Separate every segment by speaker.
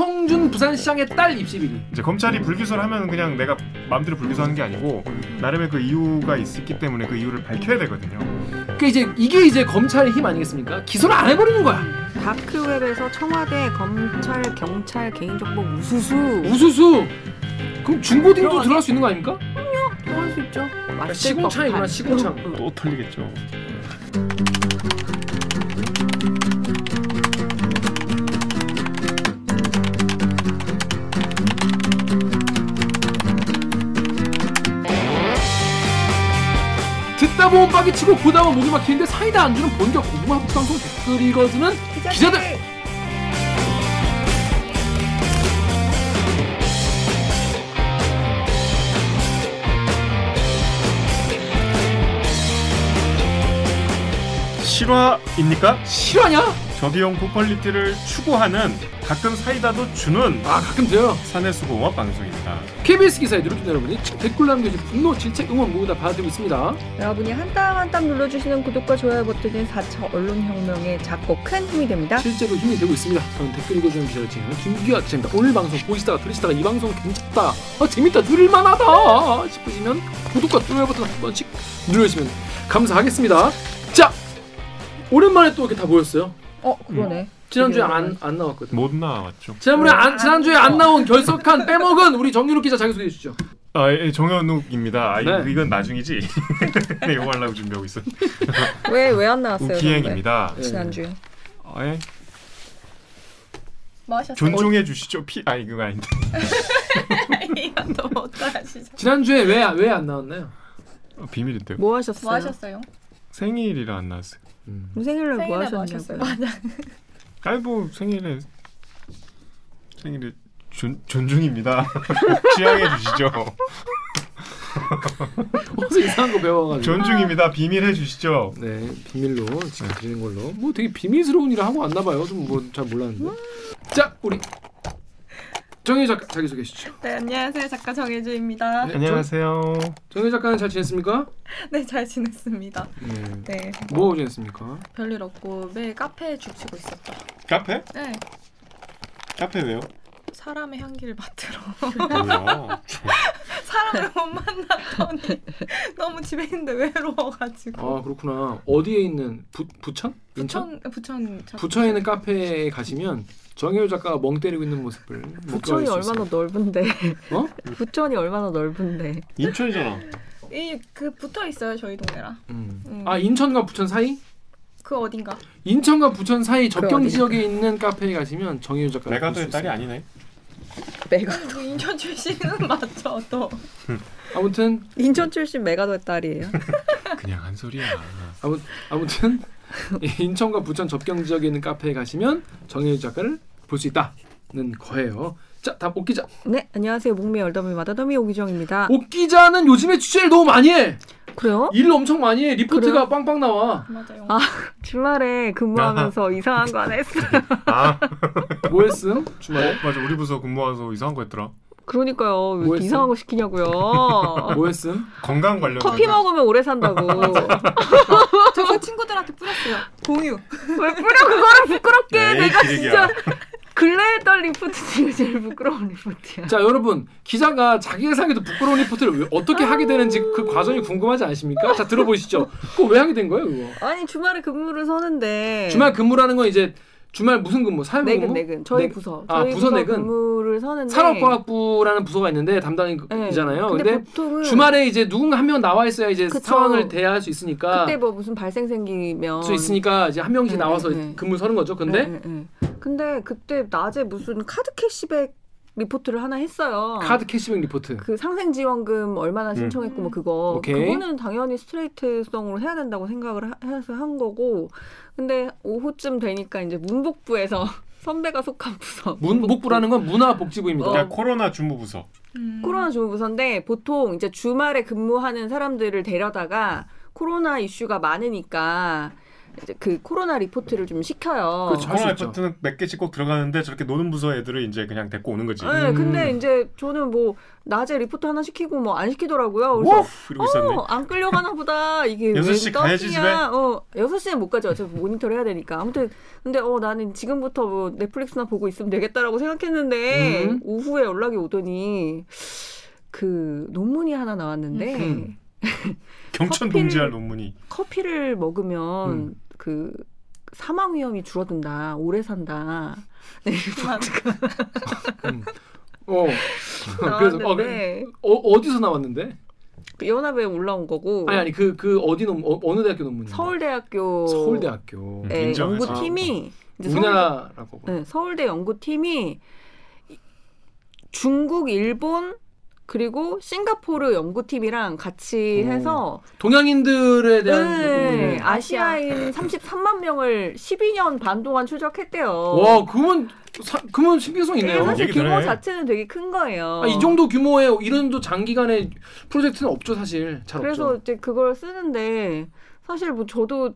Speaker 1: 이성준 부산시장의 딸 입시 비리.
Speaker 2: 이제 검찰이 불기소를 하면 그냥 내가 마음대로 불기소하는 게 아니고 나름의 그 이유가 있기 때문에 그 이유를 밝혀야 되거든요.
Speaker 1: 그 이제 이게 이제 검찰의 힘 아니겠습니까? 기소를 안 해버리는 거야.
Speaker 3: 다크웹에서 청와대, 검찰, 경찰, 개인정보 우수수
Speaker 1: 우수수. 그럼 중고딩도
Speaker 3: 들어가네.
Speaker 1: 들어갈 수 있는 거 아닙니까?
Speaker 3: 할수 있죠. 왔을 음,
Speaker 1: 시궁창이구나,
Speaker 3: 법한.
Speaker 1: 시궁창.
Speaker 3: 응, 응.
Speaker 2: 또 어, 털리겠죠.
Speaker 1: 듣다 보면 빠개치고 보다 보면 목이 막히는데 사이다 안주는 본격 고구마 북방송 댓글 읽어주는 기자들.
Speaker 2: 실화입니까?
Speaker 1: 실화냐? 아,
Speaker 2: 저비용 포퀄리티를 추구하는 가끔 사이다도 주는
Speaker 1: 아 가끔 돼요.
Speaker 2: 사내수공업 방송입니다.
Speaker 1: KBS 기사에 들어주신 여러분이 댓글 남겨주신 분노, 질책, 응원 모두 다 받아들고 있습니다.
Speaker 4: 여러분이 한 땀 한 땀 눌러주시는 구독과 좋아요 버튼은 4차 언론혁명에 작고 큰 힘이 됩니다.
Speaker 1: 실제로 힘이 되고 있습니다. 저는 댓글 읽어주는 기자를 진행하는 김기아 기자입니다. 오늘 방송 보시다가 들으시다가 이 방송 괜찮다, 아, 재밌다, 들을만하다 싶으시면 구독과 좋아요 버튼 한 번씩 눌러주시면 감사하겠습니다. 자, 오랜만에 또 이렇게 다 모였어요. 음.
Speaker 4: 어 그러네. 네,
Speaker 1: 지난주에 안, 안 나왔거든.
Speaker 2: 못 나왔죠.
Speaker 1: 지난번에 안, 지난주에 안 나온 결석한 빼먹은 우리 정유롭 기자 자기소개해 주시죠.
Speaker 2: 아, 예, 정현욱입니다. 아, 이거-
Speaker 1: 네.
Speaker 2: 이건 나중이지. 네, 이거 하려고 준비하고 있어.
Speaker 4: 왜 왜 안 나왔어요?
Speaker 2: 우기행입니다.
Speaker 4: 저번에? 네. 지난주에.
Speaker 2: 아, 예.
Speaker 5: 마셨어요?
Speaker 2: 존중해 주시죠. 피, 아, 이거 아닌데.
Speaker 5: 이건
Speaker 1: 뭐
Speaker 5: 너무 어떡하시죠?
Speaker 1: 지난주에 왜 왜 안 나왔나요?
Speaker 2: 어, 비밀인데요.
Speaker 3: 뭐 하셨어요?
Speaker 5: 뭐 하셨어요?
Speaker 2: 생일이라 안 나왔어요.
Speaker 3: 생일날 뭐
Speaker 5: 생일날 뭐 하셨어요?
Speaker 3: 하셨냐고요?
Speaker 5: 맞아.
Speaker 2: 아이 뭐 생일에 생일에 존, 존중입니다. 취향해 주시죠.
Speaker 1: 어서 이상한 거 배워가지고.
Speaker 2: 존중입니다. 비밀해 주시죠.
Speaker 1: 네 비밀로 지금 드리는 걸로 뭐 되게 비밀스러운 일을 하고 왔나 봐요 좀 뭐 잘 몰랐는데 자 우리 정혜 작가 자기소개 해주시죠
Speaker 5: 네, 안녕하세요. 작가 정혜주입니다.
Speaker 1: 네,
Speaker 2: 안녕하세요.
Speaker 1: 정혜 작가는 잘 지냈습니까?
Speaker 5: 네, 잘 지냈습니다.
Speaker 1: 네뭐
Speaker 5: 네,
Speaker 1: 하고 지냈습니까?
Speaker 5: 별일 없고 매일 카페에 죽치고 있었죠.
Speaker 2: 카페?
Speaker 5: 네,
Speaker 2: 카페 왜요?
Speaker 5: 사람의 향기를 맡으러
Speaker 2: 뭐야?
Speaker 5: 사람을 못 만났더니 너무 집에 있는데 외로워가지고
Speaker 1: 아 그렇구나 어디에 있는 부, 부천? 인천?
Speaker 5: 부천 네, 부천 저-
Speaker 1: 부천에 있는 카페에 가시면 정혜율 작가가 멍 때리고 있는 모습을
Speaker 3: 부천이
Speaker 1: 목격할 수
Speaker 3: 얼마나
Speaker 1: 있어요.
Speaker 3: 넓은데?
Speaker 1: 어?
Speaker 3: 부천이 얼마나 넓은데?
Speaker 2: 인천이잖아.
Speaker 5: 이그 붙어 있어요 저희 동네랑
Speaker 1: 음.
Speaker 5: 음.
Speaker 1: 아 인천과 부천 사이?
Speaker 5: 그 어딘가
Speaker 1: 인천과 부천 사이 접경
Speaker 4: 어디냐?
Speaker 1: 지역에 있는 카페에 가시면 정혜율 작가가
Speaker 2: 내가
Speaker 1: 볼수
Speaker 2: 또 딸이
Speaker 1: 있어요.
Speaker 2: 아니네.
Speaker 3: 메가
Speaker 5: 그 인천 출신은 맞죠 또
Speaker 1: 아무튼
Speaker 3: 인천 출신 메가도의 딸이에요.
Speaker 2: 그냥 한 소리야.
Speaker 1: 아무, 아무튼 이 인천과 부천 접경 지역에 있는 카페에 가시면 정혜주 작가를 볼 수 있다는 거예요. 자, 다음 옥기자.
Speaker 3: 네, 안녕하세요. 목미 얼더미 마다더미 오기정입니다.
Speaker 1: 옥기자는 요즘에 취재를 너무 많이 해.
Speaker 3: 그래요?
Speaker 1: 일을 엄청 많이 해. 리포트가 빵빵 나와.
Speaker 5: 맞아요.
Speaker 3: 아. 주말에 근무하면서 이상한 거 안 했어.
Speaker 2: 아,
Speaker 1: 뭐 했음? 주말에?
Speaker 2: 맞아. 우리 부서 근무와서 이상한 거 했더라.
Speaker 3: 그러니까요. 왜
Speaker 1: 뭐 했어?
Speaker 3: 이렇게 이상한 거 시키냐고요.
Speaker 1: 뭐 했음?
Speaker 2: 건강 관련
Speaker 3: 커피 먹으면 오래 산다고. 왜
Speaker 5: 아, 저거 친구들한테 뿌렸어요. 공유.
Speaker 3: 뿌려 그거를 부끄럽게 해. 내가
Speaker 2: 기르기야.
Speaker 3: 진짜 근래에 떨 리포트 중에 제일 부끄러운 리포트야.
Speaker 1: 자, 여러분. 기자가 자기 예상에도 부끄러운 리포트를 왜, 어떻게 하게 되는지 그 과정이 궁금하지 않으십니까? 자, 들어보시죠. 그거 왜 하게 된 거예요, 그거?
Speaker 3: 아니 주말에 근무를 서는데
Speaker 1: 주말 근무라는 건 이제 주말 무슨 근무? 사회 근무?
Speaker 3: 네. 내근 내근 저희
Speaker 1: 내근.
Speaker 3: 부서
Speaker 1: 아,
Speaker 3: 저희
Speaker 1: 부서
Speaker 3: 부서
Speaker 1: 내근.
Speaker 3: 근무를 서는데
Speaker 1: 산업과학부라는 부서가 있는데 그
Speaker 3: 네.
Speaker 1: 담당이잖아요.
Speaker 3: 근데,
Speaker 1: 근데
Speaker 3: 보통은
Speaker 1: 주말에 이제 누군가 한 명 나와 있어야 이제
Speaker 3: 음. 그쵸.
Speaker 1: 상황을 대할 수 있으니까
Speaker 3: 그때 뭐 무슨 발생 생기면
Speaker 1: 수 있으니까 이제 한 명씩
Speaker 3: 네,
Speaker 1: 나와서
Speaker 3: 네.
Speaker 1: 근무 서는 거죠. 근데
Speaker 3: 네, 네, 네. 근데 그때 낮에 무슨 카드 캐시백 리포트를 하나 했어요.
Speaker 1: 카드 캐시백 리포트.
Speaker 3: 그 상생 지원금 얼마나 신청했고 뭐 그거
Speaker 1: 음. 오케이.
Speaker 3: 그거는 당연히 스트레이트성으로 해야 된다고 생각을 하- 해서 한 거고 근데 오후쯤 되니까 이제 문복부에서 선배가 속한 부서
Speaker 1: 문복부라는 건 문화복지부입니다.
Speaker 3: 어.
Speaker 2: 그러니까 코로나 주무 부서.
Speaker 5: 음.
Speaker 3: 코로나 주무부서인데 보통 이제 주말에 근무하는 사람들을 데려다가 코로나 이슈가 많으니까 이제 그 코로나 리포트를 좀 시켜요.
Speaker 1: 그렇죠. 할수
Speaker 2: 코로나
Speaker 1: 있죠.
Speaker 2: 리포트는 몇 개씩 꼭 들어가는데 저렇게 노는 부서 애들을 이제 그냥 데리고 오는 거지.
Speaker 3: 네,
Speaker 1: 음.
Speaker 3: 근데 이제 저는 뭐 낮에 리포트 하나 시키고 뭐 안 시키더라고요.
Speaker 2: 오!
Speaker 3: 그래서
Speaker 2: 이러고 있었네.
Speaker 3: 어, 안 끌려가나 보다. 이게
Speaker 2: 여섯
Speaker 3: 웬
Speaker 2: 시 가야지,
Speaker 3: 떡이야.
Speaker 2: 집에.
Speaker 3: 어, 6시는 못 가죠. 어차피 모니터를 해야 되니까. 아무튼 근데 어 나는 지금부터 뭐 넷플릭스나 보고 있으면 되겠다라고 생각했는데
Speaker 1: 음.
Speaker 3: 오후에 연락이 오더니 그 논문이 하나 나왔는데
Speaker 1: 음.
Speaker 2: 경천
Speaker 3: 커피를-
Speaker 2: 동지할 논문이.
Speaker 3: 커피를 먹으면
Speaker 1: 음.
Speaker 3: 그 사망 위험이 줄어든다. 오래 산다. 네,
Speaker 1: 음. 어. 그래서 어, 그-
Speaker 3: 나왔는데
Speaker 1: 어, 어디서 나왔는데?
Speaker 3: 그 연합에 올라온 거고
Speaker 1: 아니 아니 그 그 어디 논 어, 어느 대학교 논문이?
Speaker 3: 서울대학교
Speaker 1: 서울대학교. 아.
Speaker 2: 음.
Speaker 3: 네,
Speaker 2: 인정하지.
Speaker 3: 연구팀이 이제 서울-
Speaker 1: 우리나라라고. 봐.
Speaker 3: 네, 서울대 연구팀이 이- 중국, 일본 그리고 싱가포르 연구팀이랑 같이
Speaker 1: 오.
Speaker 3: 해서
Speaker 1: 동양인들에 대한
Speaker 3: 네,
Speaker 1: 논문이네. 음.
Speaker 3: 아시아인 33만 명을 12년 반 동안 추적했대요.
Speaker 1: 와, 그건 사, 그건 신빙성
Speaker 3: 이게
Speaker 1: 있네요.
Speaker 3: 어. 사실
Speaker 2: 얘기
Speaker 3: 규모
Speaker 2: 되네.
Speaker 3: 자체는 되게 큰 거예요.
Speaker 1: 아, 이 정도 규모의 이런 또 장기간의 프로젝트는 없죠, 사실. 잘
Speaker 3: 그래서
Speaker 1: 없죠.
Speaker 3: 이제 그걸 쓰는데 사실 뭐 저도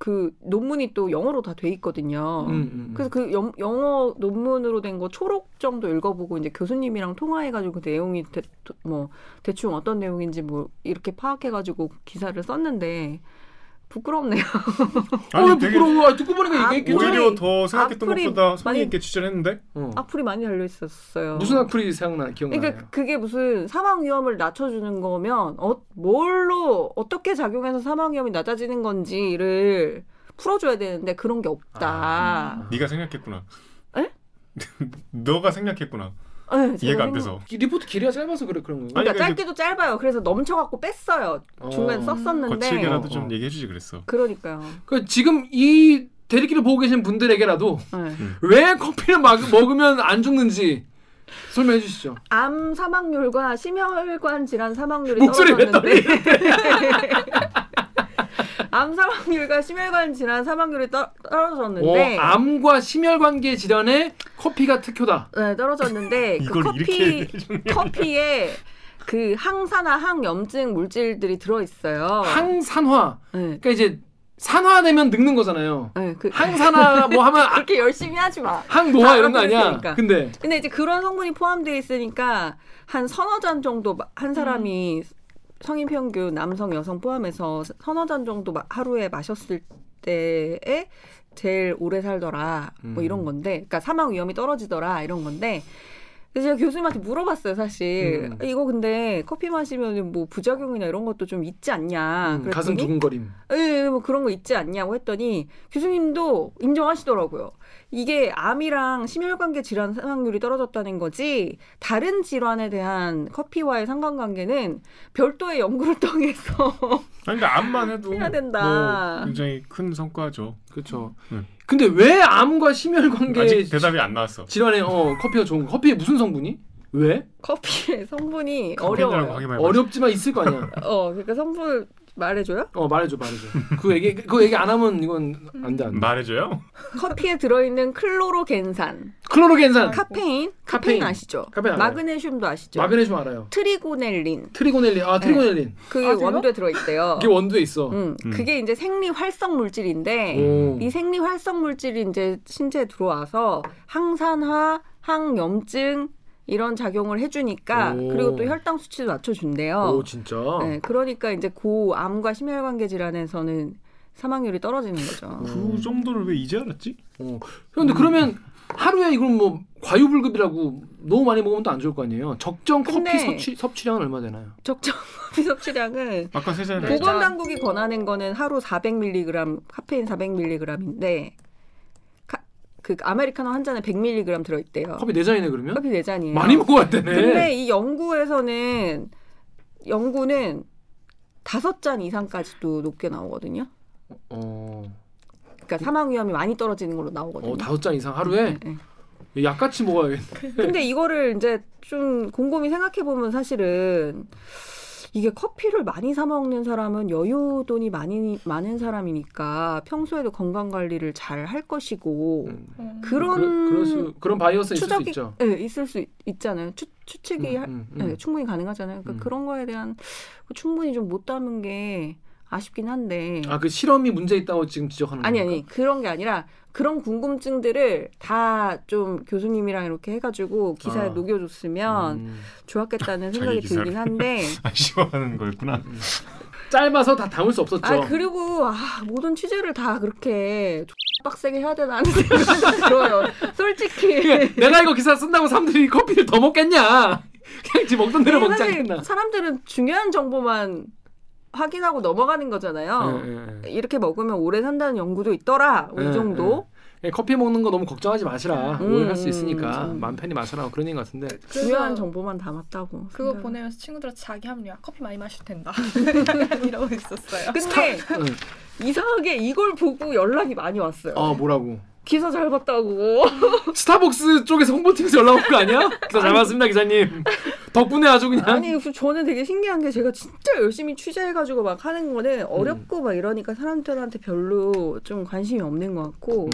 Speaker 3: 그 논문이 또 영어로 다 돼 있거든요.
Speaker 1: 음, 음, 음.
Speaker 3: 그래서 그 영, 어 논문으로 된 거 초록 정도 읽어보고 이제 교수님이랑 통화해가지고 그 내용이 대, 뭐 대충 어떤 내용인지 뭐 이렇게 파악해가지고 기사를 썼는데 부끄럽네요.
Speaker 2: 어.
Speaker 3: 어,
Speaker 1: 아, 왜 부끄러워? 아, 듣고 보니까
Speaker 3: 아,
Speaker 1: 이게 괜찮아.
Speaker 2: 오히려 더 생각했던
Speaker 3: 악플이
Speaker 2: 것보다
Speaker 3: 많이-
Speaker 2: 성의 있게 취재를 했는데
Speaker 1: 어.
Speaker 3: 악플이 많이 달려 있었어요.
Speaker 1: 무슨 악플이 생각나? 기억나요?
Speaker 3: 아, 그러니까 그게 무슨 사망 위험을 낮춰주는 거면 어, 뭘로 어떻게 작용해서 사망 위험이 낮아지는 건지를 풀어줘야 되는데 그런 게 없다.
Speaker 2: 네가 생략했구나.
Speaker 3: 에?
Speaker 2: 너가 생략했구나.
Speaker 3: 네, 제가
Speaker 2: 이해가 안
Speaker 3: 생각-
Speaker 2: 돼서.
Speaker 1: 기- 리포트 길이가 짧아서 그래 그런 건가?
Speaker 2: 아니,
Speaker 3: 그러니까
Speaker 2: 그러니까
Speaker 3: 짧기도 짧아요. 그래서 넘쳐갖고 뺐어요. 중간에
Speaker 1: 어.
Speaker 3: 썼었는데.
Speaker 2: 거칠게라도
Speaker 1: 어, 어.
Speaker 2: 좀 얘기해주지 그랬어.
Speaker 3: 그러니까요.
Speaker 1: 그 지금 이 대리기를 보고 계신 분들에게라도
Speaker 3: 네.
Speaker 1: 왜 커피를 막, 먹으면 안 죽는지 설명해 주시죠.
Speaker 3: 암 사망률과 심혈관 질환 사망률이
Speaker 1: 목소리 왜
Speaker 3: 떨어졌는데 암 사망률과 심혈관 질환 사망률이 떠- 떨어졌는데
Speaker 1: 어, 암과 심혈관계 질환에 커피가 특효다.
Speaker 3: 네, 떨어졌는데 그
Speaker 2: 이걸
Speaker 3: 커피
Speaker 2: 이렇게 해주면
Speaker 3: 커피에 그 항산화 항염증 물질들이 들어 있어요.
Speaker 1: 항산화.
Speaker 3: 네.
Speaker 1: 그러니까 이제 산화되면 늙는 거잖아요.
Speaker 3: 네, 그
Speaker 1: 항산화 뭐 하면 아,
Speaker 3: 그렇게 열심히 하지 마.
Speaker 1: 항노화 이런 거
Speaker 3: 아,
Speaker 1: 아니야.
Speaker 3: 그러니까.
Speaker 1: 근데
Speaker 3: 근데 이제 그런 성분이 포함되어 있으니까 한 서너 잔 정도 마- 한 사람이
Speaker 1: 음.
Speaker 3: 성인 평균 남성 여성 포함해서 서너 잔 정도 마- 하루에 마셨을 때에 제일 오래 살더라 뭐
Speaker 1: 음.
Speaker 3: 이런 건데 그러니까 사망 위험이 떨어지더라 이런 건데 그래서 제가 교수님한테 물어봤어요 사실
Speaker 1: 음.
Speaker 3: 이거 근데 커피 마시면 뭐 부작용이나 이런 것도 좀 있지 않냐
Speaker 1: 음, 가슴
Speaker 3: 아, 그랬더니
Speaker 1: 두근거림.
Speaker 3: 예, 예, 뭐 그런 거 있지 않냐고 했더니 교수님도 인정하시더라고요. 이게 암이랑 심혈관계 질환 사망률이 떨어졌다는 거지 다른 질환에 대한 커피와의 상관관계는 별도의 연구를 통해서
Speaker 2: 아니 근데 암만 해도
Speaker 3: 해야 된다.
Speaker 2: 뭐 굉장히 큰 성과죠.
Speaker 1: 그렇죠.
Speaker 2: 음.
Speaker 1: 근데 왜 암과
Speaker 2: 아직
Speaker 1: 심혈관계
Speaker 2: 대답이 안 나왔어.
Speaker 1: 질환에 어, 커피가 좋은 거. 커피에 무슨 성분이? 왜?
Speaker 3: 커피의 성분이
Speaker 2: 팬이라고
Speaker 3: 어려워요.
Speaker 2: 하기만 해봐.
Speaker 1: 어렵지만 있을 거 아니야.
Speaker 3: 어, 그러니까 성분 말해줘요?
Speaker 1: 어 말해줘 말해줘. 그 얘기 그 얘기 안 하면 이건 안돼 안 돼.
Speaker 2: 말해줘요.
Speaker 3: 커피에 들어있는 클로로겐산,
Speaker 1: 클로로겐산
Speaker 3: 카페인, 카페인,
Speaker 1: 카페인.
Speaker 3: 아시죠?
Speaker 1: 카페인 알아요.
Speaker 3: 마그네슘도 아시죠?
Speaker 1: 마그네슘 알아요.
Speaker 3: 트리고넬린
Speaker 1: 트리고넬린 아 트리고넬린
Speaker 3: 그게
Speaker 5: 아, 그래요?
Speaker 3: 원두에 들어있대요.
Speaker 1: 이게 원두에 있어.
Speaker 3: 네. 음, 네.
Speaker 2: 음.
Speaker 3: 그게 이제 생리 활성 물질인데
Speaker 1: 오.
Speaker 3: 이 생리 활성 물질이 이제 신체에 들어와서 항산화, 항염증 이런 작용을 해주니까
Speaker 1: 오.
Speaker 3: 그리고 또 혈당 수치도 낮춰준대요.
Speaker 1: 오 진짜.
Speaker 3: 네, 그러니까 이제 고암과 심혈관계 질환에서는 사망률이 떨어지는 거죠.
Speaker 2: 그 정도를 왜 이제 알았지?
Speaker 1: 어. 그런데 그러면 하루에 이건 뭐 과유불급이라고 너무 많이 먹으면 또 안 좋을 거 아니에요. 적정
Speaker 3: 근데-
Speaker 1: 커피 섭취 섭취량은 얼마 되나요?
Speaker 3: 적정 커피 섭취량은
Speaker 2: 아까 세 잔을
Speaker 5: 네.
Speaker 2: 했잖아.
Speaker 3: 보건 당국이 권하는 거는 하루 400mg 카페인 400mg인데 그 아메리카노 한 잔에 100mg 들어있대요.
Speaker 1: 커피 네 잔이네 그러면.
Speaker 3: 커피 네 잔이에요.
Speaker 1: 많이 먹어야 되네.
Speaker 3: 근데 이 연구에서는 연구는 다섯 잔 이상까지도 높게 나오거든요.
Speaker 1: 어,
Speaker 3: 그러니까 사망 위험이 많이 떨어지는 걸로 나오거든요.
Speaker 1: 어 다섯 잔 이상 하루에
Speaker 3: 네.
Speaker 1: 약같이 먹어야겠네.
Speaker 3: 근데 이거를 이제 좀 곰곰이 생각해 보면 사실은 이게 커피를 많이 사 먹는 사람은 여유돈이 많이 많은 사람이니까 평소에도 건강 관리를 잘 할 것이고
Speaker 1: 음.
Speaker 5: 음.
Speaker 3: 그런
Speaker 1: 그, 그럴 수, 그런 바이어스 있을 수
Speaker 3: 추적이
Speaker 1: 있죠.
Speaker 3: 예, 있을 수 있, 있잖아요. 추, 측이
Speaker 1: 음, 음, 음.
Speaker 3: 네, 충분히 가능하잖아요. 그러니까
Speaker 1: 음.
Speaker 3: 그런 거에 대한 충분히 좀 못 담은 게 아쉽긴 한데
Speaker 1: 아 그러니까? 그 실험이 문제 있다고 지금 지적하는
Speaker 3: 아니
Speaker 1: 겁니까?
Speaker 3: 아니 그런 게 아니라 그런 궁금증들을 다 좀 교수님이랑 이렇게 해가지고 기사에
Speaker 1: 아.
Speaker 3: 녹여줬으면
Speaker 1: 음.
Speaker 3: 좋았겠다는
Speaker 2: 자기
Speaker 3: 생각이
Speaker 2: 기사를.
Speaker 3: 들긴 한데
Speaker 2: 아쉬워하는 거였구나.
Speaker 1: 짧아서 다 담을 수 없었죠.
Speaker 3: 아 그리고 아, 모든 취재를 다 그렇게 빡세게 해야 되나 하는 생각이 들어요 솔직히
Speaker 1: 그러니까 내가 이거 기사 쓴다고 사람들이 커피를 더 먹겠냐? 그냥 지 먹던 대로 먹지
Speaker 3: 사실
Speaker 1: 않겠나?
Speaker 3: 사람들은 중요한 정보만 확인하고 넘어가는 거잖아요
Speaker 1: 예, 예,
Speaker 3: 이렇게 먹으면 오래 산다는 연구도 있더라
Speaker 1: 예,
Speaker 3: 이 정도
Speaker 1: 예. 예, 커피 먹는 거 너무 걱정하지 마시라.
Speaker 3: 음,
Speaker 1: 오해할 수 있으니까
Speaker 3: 음.
Speaker 1: 마음 편히 마셔라. 그런 얘기 같은데.
Speaker 5: 그래서
Speaker 3: 중요한 정보만 담았다고
Speaker 5: 그거
Speaker 3: 생각을.
Speaker 5: 보내면서 친구들한테 자기 합류야 커피 많이 마셔도 된다 약간 이러고 있었어요.
Speaker 3: 근데
Speaker 1: 응.
Speaker 3: 이상하게 이걸 보고 연락이 많이 왔어요.
Speaker 1: 아 뭐라고?
Speaker 3: 기사 잘 봤다고.
Speaker 1: 스타벅스 쪽에서 홍보팀에서 연락 올 거 아니야? 기사 잘 봤습니다 기사님. 덕분에 아주 그냥.
Speaker 3: 아니 그 저는 되게 신기한 게 제가 진짜 열심히 취재해가지고 막 하는 거는 어렵고
Speaker 1: 음.
Speaker 3: 막 이러니까 사람들한테 별로 좀 관심이 없는 것 같고
Speaker 1: 음,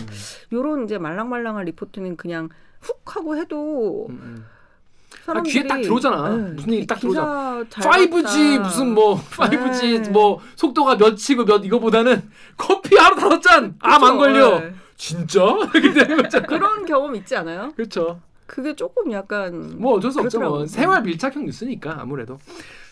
Speaker 3: 요런 이제 말랑말랑한 리포트는 그냥 훅 하고 해도
Speaker 1: 음, 음. 아,
Speaker 3: 사람들이
Speaker 1: 귀에 딱 들어오잖아.
Speaker 3: 네.
Speaker 1: 무슨 얘기 딱
Speaker 3: 기사
Speaker 1: 들어오잖아.
Speaker 3: 잘
Speaker 1: 5G
Speaker 3: 봤다.
Speaker 1: 무슨 뭐 5G
Speaker 3: 네.
Speaker 1: 뭐 속도가 몇치고 몇 이거보다는 커피 하루 다섯 잔. 암 안
Speaker 3: 그쵸?
Speaker 1: 걸려.
Speaker 3: 네.
Speaker 1: 진짜? 이렇게 되는 거죠.
Speaker 3: 그런 경험 있지 않아요?
Speaker 1: 그렇죠.
Speaker 3: 그게 조금 약간
Speaker 1: 뭐 어쩔 수 없죠.
Speaker 3: 그렇더라고요.
Speaker 1: 뭐. 생활 밀착형 뉴스니까 아무래도.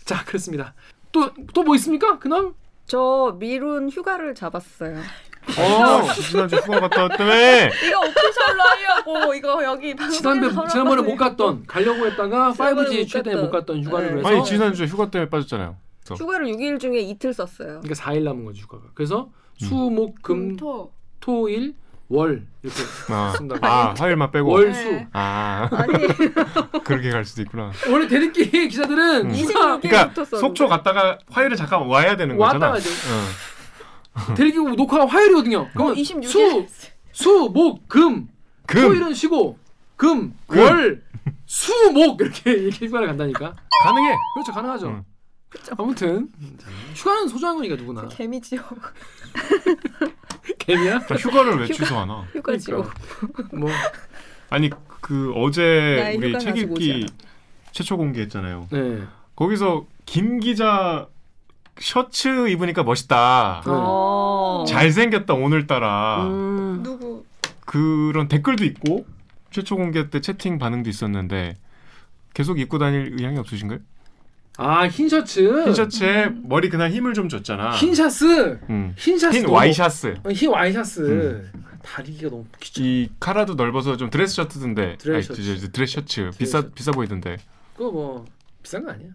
Speaker 1: 자 그렇습니다. 또 또 뭐 있습니까? 그놈?
Speaker 3: 저 미룬 휴가를 잡았어요.
Speaker 1: 어.
Speaker 2: 어, 지난주 휴가 갔다 왔다며.
Speaker 5: 이거 오피셜로 하려고 이거 여기
Speaker 3: 아,
Speaker 1: 지난번
Speaker 5: 방송에서
Speaker 1: 지난번에
Speaker 5: 하라고
Speaker 1: 못 갔던 가려고 했다가
Speaker 3: 지난번에
Speaker 1: 5G
Speaker 3: 못
Speaker 1: 최대에
Speaker 3: 갔던.
Speaker 1: 못 갔던 휴가를
Speaker 3: 네.
Speaker 1: 그래서
Speaker 2: 아니 지난주 휴가 때문에 빠졌잖아요.
Speaker 3: 휴가를 6일 중에 이틀 썼어요.
Speaker 1: 그러니까 4일 남은 거지 휴가가. 그래서
Speaker 2: 음.
Speaker 5: 금,
Speaker 1: 수목금
Speaker 5: 토.
Speaker 1: 토일 월 이렇게
Speaker 2: 아,
Speaker 1: 쓴다고.
Speaker 2: 아 화요일만 빼고.
Speaker 1: 월수
Speaker 5: 네.
Speaker 2: 아
Speaker 3: 아니
Speaker 2: 그렇게 갈 수도 있구나.
Speaker 1: 원래 대리끼리 기자들은
Speaker 2: 음.
Speaker 1: 휴가
Speaker 3: 26일
Speaker 2: 그러니까
Speaker 3: 붙었었는데.
Speaker 2: 속초 갔다가 화요일에 잠깐 와야 되는
Speaker 1: 왔다
Speaker 2: 거잖아. 어.
Speaker 1: 가죠.
Speaker 2: 응.
Speaker 1: 대리기 녹화가 화요일이거든요. 그러면
Speaker 5: 어, 26일
Speaker 1: 수목금
Speaker 2: 금
Speaker 3: 뭐
Speaker 1: 토일은 쉬고 금,
Speaker 2: 금.
Speaker 1: 월, 수, 목 이렇게 이렇게 휴가를 간다니까.
Speaker 2: 가능해.
Speaker 1: 그렇죠 가능하죠. 그렇죠.
Speaker 2: 응.
Speaker 1: 아무튼 휴가는 소중한 거니까 누구나
Speaker 5: 개미 지옥.
Speaker 1: 개미야.
Speaker 2: 나 그러니까 휴가를 왜 취소하나?
Speaker 3: 휴가 지고
Speaker 2: 네.
Speaker 1: 뭐
Speaker 2: 아니 그 어제
Speaker 3: 나의
Speaker 2: 우리
Speaker 3: 휴가
Speaker 2: 책
Speaker 3: 가지고
Speaker 2: 읽기 최초 공개했잖아요.
Speaker 1: 네.
Speaker 2: 거기서 김 기자 셔츠 입으니까 멋있다.
Speaker 1: 어.
Speaker 3: 어.
Speaker 2: 잘생겼다 오늘따라
Speaker 3: 음.
Speaker 5: 누구
Speaker 2: 그런 댓글도 있고 최초 공개 때 채팅 반응도 있었는데 계속 입고 다닐 의향이 없으신가요?
Speaker 1: 아흰 셔츠.
Speaker 3: 음.
Speaker 2: 흰 셔츠에 머리 그날 힘을 좀 줬잖아.
Speaker 1: 흰 셔츠.
Speaker 2: 음.
Speaker 1: 흰 셔츠.
Speaker 2: 흰
Speaker 1: 너무-
Speaker 2: 와이셔츠.
Speaker 1: 어, 흰 와이셔츠.
Speaker 2: 음.
Speaker 1: 다리가 너무 귀찮.
Speaker 2: 이 카라도 넓어서 좀 드레스 셔츠던데.
Speaker 1: 드레스
Speaker 2: 아니,
Speaker 1: 셔츠.
Speaker 2: 저, 저, 드레스 셔츠.
Speaker 1: 드레스
Speaker 2: 비싸
Speaker 1: 셔츠.
Speaker 2: 비싸 보이던데.
Speaker 1: 그거 뭐 비싼 거 아니야?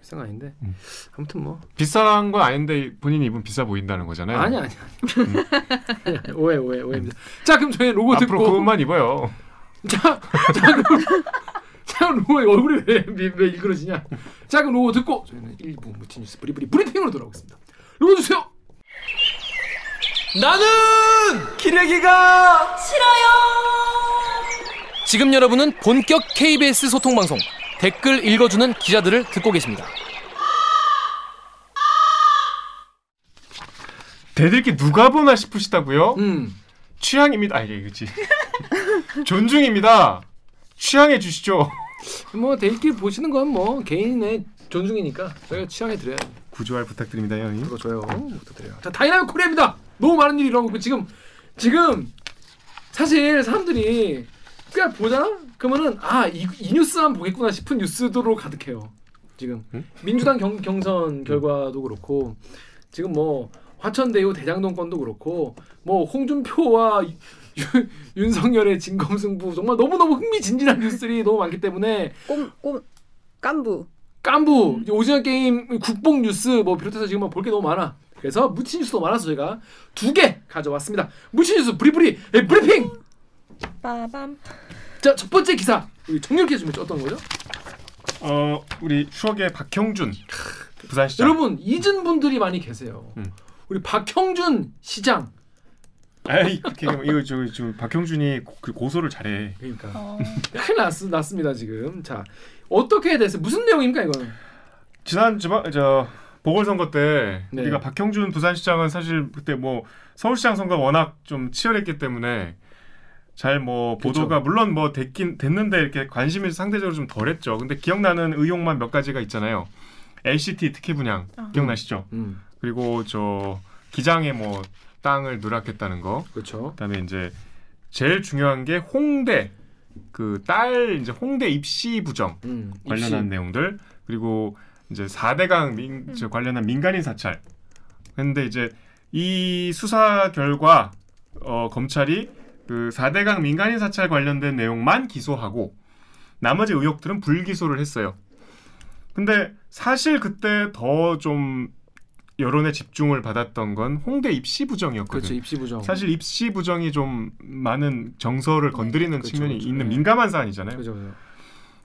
Speaker 1: 비싼 거 아닌데.
Speaker 2: 음.
Speaker 1: 아무튼 뭐
Speaker 2: 비싼 건 아닌데 본인이 입으면 비싸 보인다는 거잖아요.
Speaker 1: 아니 아니 아니. 아니. 네. 음. 오해 오해 오해입니다. 자 그럼 저희 로고
Speaker 2: 앞으로
Speaker 1: 듣고
Speaker 2: 그것만 입어요.
Speaker 1: 자, 자 그럼 자 그럼 로고의 얼굴이 왜, 왜 일그러지냐? 자 그럼 로고 듣고 저희는 1부 무티 뉴스 브리브리 브리핑으로 돌아오겠습니다. 로고 주세요.
Speaker 6: 나는 기레기가 싫어요. 지금 여러분은 본격 KBS 소통 방송 댓글 읽어주는 기자들을 듣고 계십니다.
Speaker 2: 대들기 누가 보나 싶으시다고요?
Speaker 1: 음.
Speaker 2: 취향입니다. 아 이게 그렇지. 존중입니다. 취향해 주시죠.
Speaker 1: 뭐 데이트 보시는 건 뭐 개인의 존중이니까 저희가 취향에 드려요.
Speaker 2: 구조할 부탁드립니다, 형님.
Speaker 1: 그거 줘요. 부탁드려요. 자 다이나믹 코리아입니다. 너무 많은 일이 일어나고 있고 지금 지금 사실 사람들이 그냥 보잖아. 그러면은 아이 이 뉴스만 보겠구나 싶은 뉴스도로 가득해요. 지금
Speaker 2: 응?
Speaker 1: 민주당 경, 경선 결과도 그렇고 지금 뭐 화천대유 대장동 건도 그렇고 뭐 홍준표와 유- 윤석열의 진검승부 정말 너무너무 흥미진진한 뉴스들이 너무 많기 때문에
Speaker 3: 꼼꼼 깐부.
Speaker 1: 깐부 오징어 게임 국뽕 뉴스 뭐 비롯해서 지금 볼 게 너무 많아. 그래서 무치 뉴스도 많아서 저희가 두 개 가져왔습니다. 무치 뉴스 브리브리 에, 브리핑.
Speaker 5: 빠밤.
Speaker 1: 자 첫 번째 기사 우리 정렬 기자 준비 어떤 거죠?
Speaker 2: 어, 우리 추억의 박형준 부산시장.
Speaker 1: 여러분 잊은 분들이 많이 계세요.
Speaker 2: 음.
Speaker 1: 우리 박형준 시장
Speaker 2: 에이, 그렇게 얘기하면 이거 저, 저 박형준이 고, 그 고소를 잘해.
Speaker 1: 그러니까
Speaker 5: 어.
Speaker 1: 큰일 났, 났습니다 지금. 자 어떻게 됐어? 무슨 내용입니까 이거는?
Speaker 2: 지난 주말 저 보궐선거 때
Speaker 1: 네.
Speaker 2: 우리가 박형준 부산시장은 사실 그때 뭐 서울시장 선거 워낙 좀 치열했기 때문에 잘 뭐 보도가 물론 뭐 됐긴 됐는데 이렇게 관심이 상대적으로 좀 덜했죠. 근데 기억나는 의혹만 몇 가지가 있잖아요. LCT 특혜 분양
Speaker 5: 아.
Speaker 2: 기억나시죠?
Speaker 1: 음.
Speaker 2: 그리고 저 기장에 뭐 땅을 누락했다는 거.
Speaker 1: 그렇죠.
Speaker 2: 그다음에 이제 제일 중요한 게 홍대 그 딸 이제 홍대 입시 부정
Speaker 1: 음,
Speaker 2: 관련한 내용들 그리고 이제 4대강 민, 저 관련한 민간인 사찰. 근데 이제 이 수사 결과 어, 검찰이 그 4대강 민간인 사찰 관련된 내용만 기소하고 나머지 의혹들은 불기소를 했어요. 근데 사실 그때 더 좀 여론의 집중을 받았던 건 홍대 입시 부정이었거든요.
Speaker 1: 그렇죠. 입시 부정.
Speaker 2: 사실 입시 부정이 좀 많은 정서를 건드리는
Speaker 1: 그렇죠,
Speaker 2: 측면이
Speaker 1: 그렇죠.
Speaker 2: 있는
Speaker 1: 네.
Speaker 2: 민감한 사안이잖아요.
Speaker 1: 그렇죠. 그렇죠.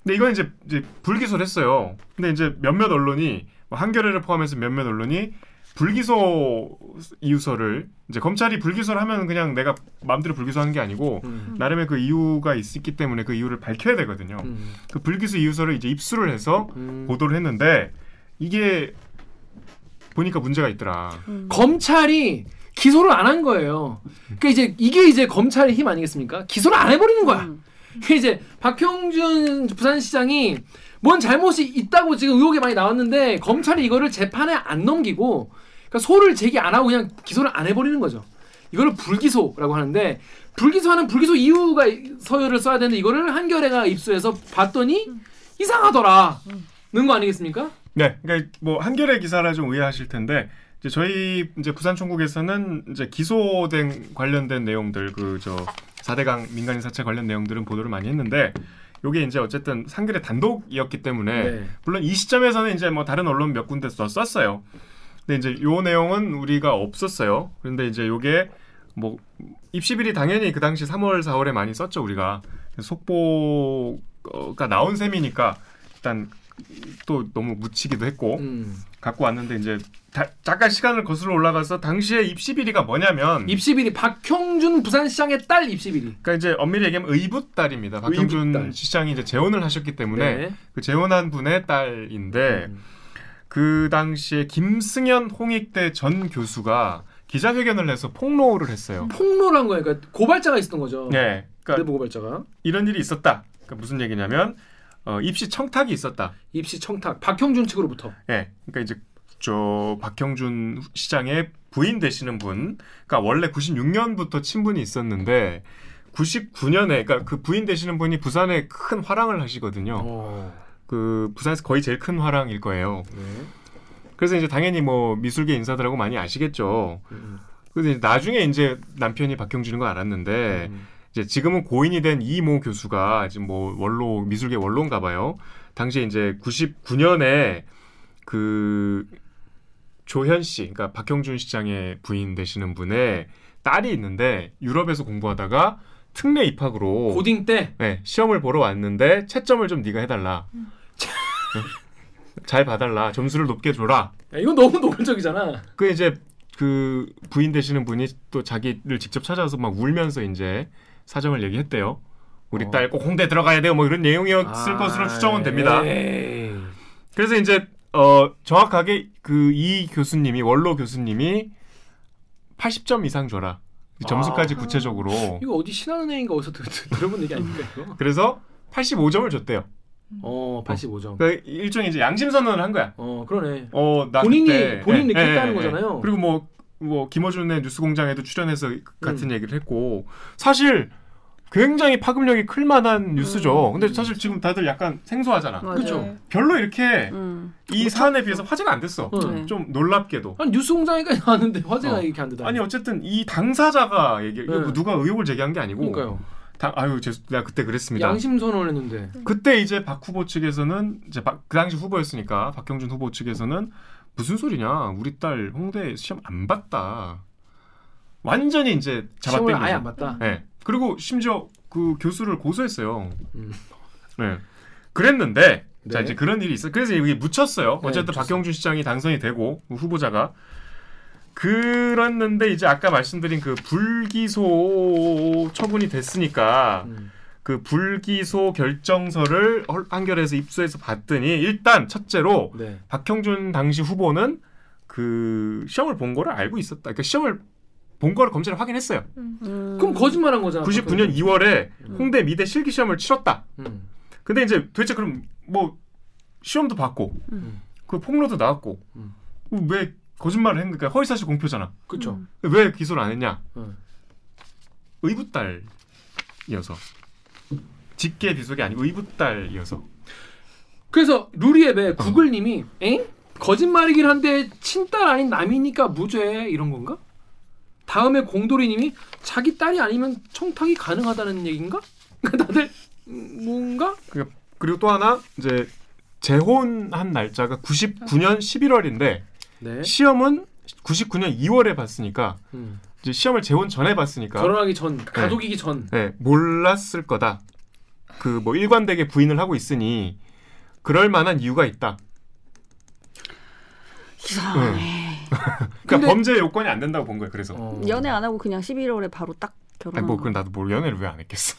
Speaker 2: 근데 이건 이제, 이제 불기소를 했어요. 근데 이제 몇몇 언론이 뭐 한겨레를 포함해서 몇몇 언론이 불기소 이유서를 이제 검찰이 불기소를 하면 그냥 내가 마음대로 불기소하는 게 아니고
Speaker 1: 음.
Speaker 2: 나름의 그 이유가 있기 때문에 그 이유를 밝혀야 되거든요.
Speaker 1: 음.
Speaker 2: 그 불기소 이유서를 이제 입수를 해서
Speaker 1: 음.
Speaker 2: 보도를 했는데 이게 보니까 문제가 있더라.
Speaker 1: 검찰이 기소를 안 한 거예요. 그러니까 이제 이게 이제 검찰의 힘 아니겠습니까? 기소를 안 해버리는 거야.
Speaker 3: 음.
Speaker 1: 그 이제 박형준 부산시장이 뭔 잘못이 있다고 지금 의혹이 많이 나왔는데 검찰이 이거를 재판에 안 넘기고 그러니까 소를 제기 안 하고 그냥 기소를 안 해버리는 거죠. 이거를 불기소라고 하는데 불기소하는 불기소 이유가 서열을 써야 되는데 이거를 한겨레가 입수해서 봤더니 이상하더라. 는거 아니겠습니까?
Speaker 2: 네, 그러니까 뭐 한겨레 기사라 좀 의아하실 텐데 이제 저희 이제 부산 총국에서는 이제 기소된 관련된 내용들 그 저 4대강 민간인 사찰 관련 내용들은 보도를 많이 했는데 요게 이제 어쨌든 한겨레 단독이었기 때문에
Speaker 1: 네.
Speaker 2: 물론 이 시점에서는 이제 뭐 다른 언론 몇 군데서 썼어요. 근데 이제 요 내용은 우리가 없었어요. 그런데 이제 요게 뭐 입시비리 당연히 그 당시 3월 4월에 많이 썼죠 우리가 그래서 속보가 나온 셈이니까 일단 또 너무 묻히기도 했고
Speaker 1: 음.
Speaker 2: 갖고 왔는데 이제 다- 잠깐 시간을 거슬러 올라가서 당시에 입시비리가 뭐냐면
Speaker 1: 음. 입시비리 박형준 부산시장의 딸 입시비리.
Speaker 2: 그러니까 이제 엄밀히 얘기하면 의붓딸입니다. 박형준
Speaker 1: 의붓딸. 네.
Speaker 2: 시장이 이제 재혼을 하셨기 때문에 네. 그 재혼한 분의 딸인데
Speaker 1: 음.
Speaker 2: 그 당시에 김승현 홍익대 전 교수가 기자회견을 해서 폭로를 했어요.
Speaker 1: 폭로를 한 거예요. 그러니까 고발자가 있었던 거죠.
Speaker 2: 네, 그러니까
Speaker 1: 내부 고발자가.
Speaker 2: 이런 일이 있었다. 그러니까 무슨 얘기냐면 어, 입시 청탁이 있었다.
Speaker 1: 입시 청탁 박형준 측으로부터
Speaker 2: 예. 그러니까 이제 저 박형준 시장의 부인 되시는 분, 그러니까 원래 96년부터 친분이 있었는데 99년에 그러니까 그 부인 되시는 분이 부산에 큰 화랑을
Speaker 1: 어.
Speaker 2: 하시거든요. 그 부산에서 거의 제일 큰 화랑일 거예요.
Speaker 1: 네.
Speaker 2: 그래서 이제 당연히 뭐 미술계 인사들하고 많이 아시겠죠.
Speaker 1: 음.
Speaker 2: 그래서 이제 나중에 이제 남편이 박형준인 걸
Speaker 1: 음.
Speaker 2: 알았는데 이제 지금은 고인이 된 이 모 교수가 지금 뭐 원로 미술계 원로인가 봐요. 당시에 이제 99년에 그 조현 씨, 그러니까 박형준 시장의 부인 되시는 분의 딸이 있는데 유럽에서 공부하다가 특례 입학으로
Speaker 1: 고딩 때
Speaker 2: 네, 시험을 보러 왔는데 채점을 좀 네가 해달라. 네. 잘 봐달라. 점수를 높게 줘라.
Speaker 1: 야, 이건 너무 노골적이잖아
Speaker 2: 그 이제 그 부인 되시는 분이 또 자기를 직접 찾아서 막 울면서 이제 사정을 얘기했대요. 우리
Speaker 1: 어. 아, 예.
Speaker 2: 딸 꼭 홍대 들어가야 돼요. 뭐 이런 내용이었을 것으로
Speaker 1: 네.
Speaker 2: 추정은 됩니다.
Speaker 1: 에이.
Speaker 2: 그래서 이제 어 정확하게 그 이 교수님이 원로 교수님이 80점 이상 줘라. 그 점수까지 구체적으로.
Speaker 1: 이거 어디 신한은행인가 어디서 들, 들- 들어본 얘기 아닙니까 이거?
Speaker 2: 그래서 85점을 줬대요.
Speaker 1: 어 85점
Speaker 2: 그 일종의 이제 양심 선언을 한 거야.
Speaker 1: 어 그러네
Speaker 2: 어, 나
Speaker 1: 본인이-
Speaker 2: 그때-
Speaker 1: 본인이
Speaker 2: 예,
Speaker 1: 느꼈다는
Speaker 2: 예, 예.
Speaker 1: 거잖아요.
Speaker 2: 그리고 뭐, 뭐 김어준의 뉴스공장에도 출연해서
Speaker 1: 음.
Speaker 2: 같은 얘기를 했고 사실 굉장히 파급력이 클 만한
Speaker 1: 음.
Speaker 2: 뉴스죠. 근데 사실 지금 다들 약간 생소하잖아.
Speaker 3: 맞아요.
Speaker 5: 네,
Speaker 1: 그렇죠
Speaker 2: 별로 이렇게
Speaker 3: 음.
Speaker 1: 어,
Speaker 2: 이 사안에 비해서 화제가 안 됐어.
Speaker 1: 응.
Speaker 2: 좀 놀랍게도.
Speaker 1: 아니 뉴스 공장에까지 나왔는데 화제가
Speaker 2: 어.
Speaker 1: 이렇게 안 되다
Speaker 2: 아니 어쨌든 이 당사자가 얘기
Speaker 1: 네.
Speaker 2: 를 누가 의혹을 제기한 게 아니고
Speaker 1: 그러니까요
Speaker 2: 당- 아유 죄송 내가 그때 그랬습니다.
Speaker 1: 양심 선언을 했는데
Speaker 2: 그때 이제 박 후보 측에서는 이제 박, 그 당시 후보였으니까 박형준 후보 측에서는 무슨 소리냐 우리 딸 홍대 시험 안 봤다 완전히 이제
Speaker 1: 시험을
Speaker 2: 잡아땡겨
Speaker 1: 아예 안 봤다
Speaker 2: 예 그리고 심지어 그 교수를 고소했어요
Speaker 1: 음.
Speaker 2: 네. 그랬는데 자
Speaker 1: 네.
Speaker 2: 이제 그런 일이 있어 그래서 이게 묻혔어요
Speaker 1: 네,
Speaker 2: 어쨌든
Speaker 1: 묻혔어요.
Speaker 2: 박형준 시장이 당선이 되고 후보자가 그랬는데 이제 아까 말씀드린 그 불기소 처분이 됐으니까
Speaker 1: 음.
Speaker 2: 그 불기소 결정서를 헐- 한겨레에서 입수해서 봤더니 일단 첫째로
Speaker 1: 네
Speaker 2: 박형준 당시 후보는 그 시험을 본 거를 알고 있었다. 그러니까 시험을 본 거를 검찰이 확인했어요.
Speaker 3: 음.
Speaker 1: 그럼 거짓말한 거잖아
Speaker 2: 99년 2월에 홍대 미대 실기 시험을 치렀다.
Speaker 1: 음.
Speaker 2: 근데 이제 도대체 그럼 뭐 시험도 봤고
Speaker 1: 음.
Speaker 2: 그 폭로도 나왔고
Speaker 1: 음.
Speaker 2: 왜 거짓말을 했 그러니까 허위사실 공표잖아.
Speaker 1: 그렇죠.
Speaker 2: 근데 왜 기소를 안 했냐?
Speaker 1: 음.
Speaker 2: 의붓딸이어서 직계 비속이 아니고 의붓딸이어서
Speaker 1: 그래서
Speaker 2: 음.
Speaker 1: 루리앱에 구글님이 엥? 거짓말이긴 한데 친딸 아닌 남이니까 무죄 이런 건가? 다음에 공돌이님이 자기 딸이 아니면 청탁이 가능하다는 얘긴가? 다들 음, 뭔가?
Speaker 2: 그리고 또 하나 이제 재혼한 날짜가 99년 11월인데
Speaker 1: 네.
Speaker 2: 시험은 99년 2월에 봤으니까
Speaker 1: 음.
Speaker 2: 이제 시험을 재혼 전에 봤으니까
Speaker 1: 결혼하기 전, 가족이기 전.
Speaker 2: 네, 몰랐을 거다. 그 뭐 일관되게 부인을 하고 있으니 그럴 만한 이유가 있다. 이상해. 그러니까
Speaker 1: 근데-
Speaker 2: 범죄 요건이 안 된다고 본 거예요. 그래서
Speaker 1: 어.
Speaker 3: 연애 안 하고 그냥 11월에 바로 딱 결혼.
Speaker 2: 네. 아니 뭐 그건 나도 뭘 연애를 왜 안 했겠어.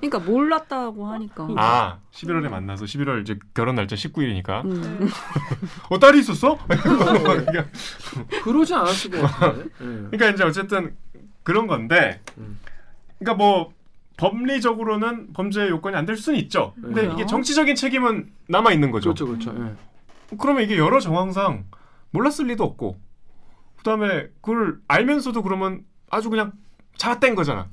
Speaker 3: 그러니까 몰랐다고 하니까.
Speaker 2: 아 11월에 만나서 11월 이제 결혼 날짜 19일이니까
Speaker 5: 네.
Speaker 3: 음.
Speaker 2: 어 딸이 있었어? 그러니까
Speaker 1: 그러지 않았을 것 같은데. 네.
Speaker 2: 그러니까 이제 어쨌든 그런 건데,
Speaker 1: 음.
Speaker 2: 그러니까 뭐 법리적으로는 범죄 요건이 안 될 수는 있죠. 근데
Speaker 1: 네.
Speaker 2: 이게 정치적인 책임은 남아 있는 거죠.
Speaker 1: 그렇죠, 그렇죠. 예.
Speaker 2: 그러면 이게 여러 정황상 몰랐을 리도 없고, 그다음에 그걸 알면서도 그러면 아주 그냥 잡아뗀 거잖아.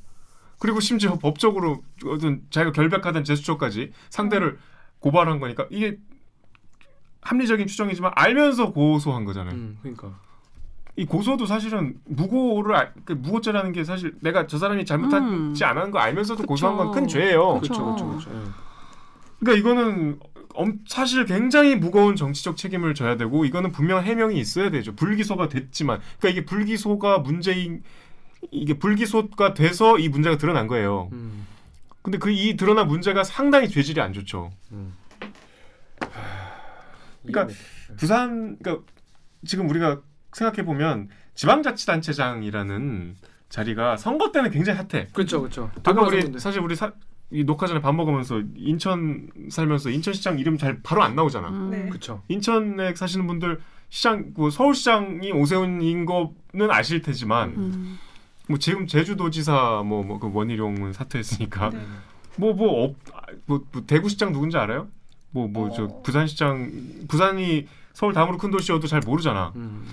Speaker 2: 그리고 심지어 법적으로 어떤 자기가 결백하다는 제스처까지
Speaker 1: 음.
Speaker 2: 상대를 고발한 거니까 이게 합리적인 추정이지만 알면서 고소한 거잖아요.
Speaker 1: 음, 그러니까.
Speaker 2: 이 고소도 사실은 무고를 알- 그 무고죄라는 게 사실 내가 저 사람이 잘못하지 않은 거 알면서도 고소한 건 큰 죄예요.
Speaker 1: 음. 그렇죠,
Speaker 3: 그렇죠.
Speaker 1: 그렇죠, 그렇죠. 예.
Speaker 2: 그러니까 이거는 엄- 사실 굉장히 무거운 정치적 책임을 져야 되고 이거는 분명 해명이 있어야 되죠. 불기소가 됐지만 그러니까 이게 불기소가 문제인 이게 불기소가 돼서 이 문제가 드러난 거예요.
Speaker 1: 음.
Speaker 2: 근데 그 이 드러난 문제가 상당히 죄질이 안 좋죠. 그러니까 부산 그러니까 지금 우리가 생각해 보면 지방자치단체장이라는 자리가 선거 때는 굉장히 핫해.
Speaker 1: 그렇죠, 그렇죠.
Speaker 2: 아까 우리 사실 우리 사, 이 녹화 전에 밥 먹으면서 인천 살면서 인천시장 이름 잘 바로 안 나오잖아.
Speaker 3: 음.
Speaker 5: 네.
Speaker 1: 그렇죠.
Speaker 2: 인천에 사시는 분들 시장 뭐 서울시장이 오세훈인 거는 아실 테지만
Speaker 3: 음.
Speaker 2: 뭐 지금 제주도지사 뭐 뭐 그 원희룡은 사퇴했으니까
Speaker 1: 음,
Speaker 5: 네.
Speaker 2: 뭐 뭐 뭐, 뭐 대구시장 누군지 알아요? 뭐 뭐 저
Speaker 5: 어.
Speaker 2: 부산시장 부산이 서울 다음으로 큰 도시여도 잘 모르잖아.
Speaker 1: 음.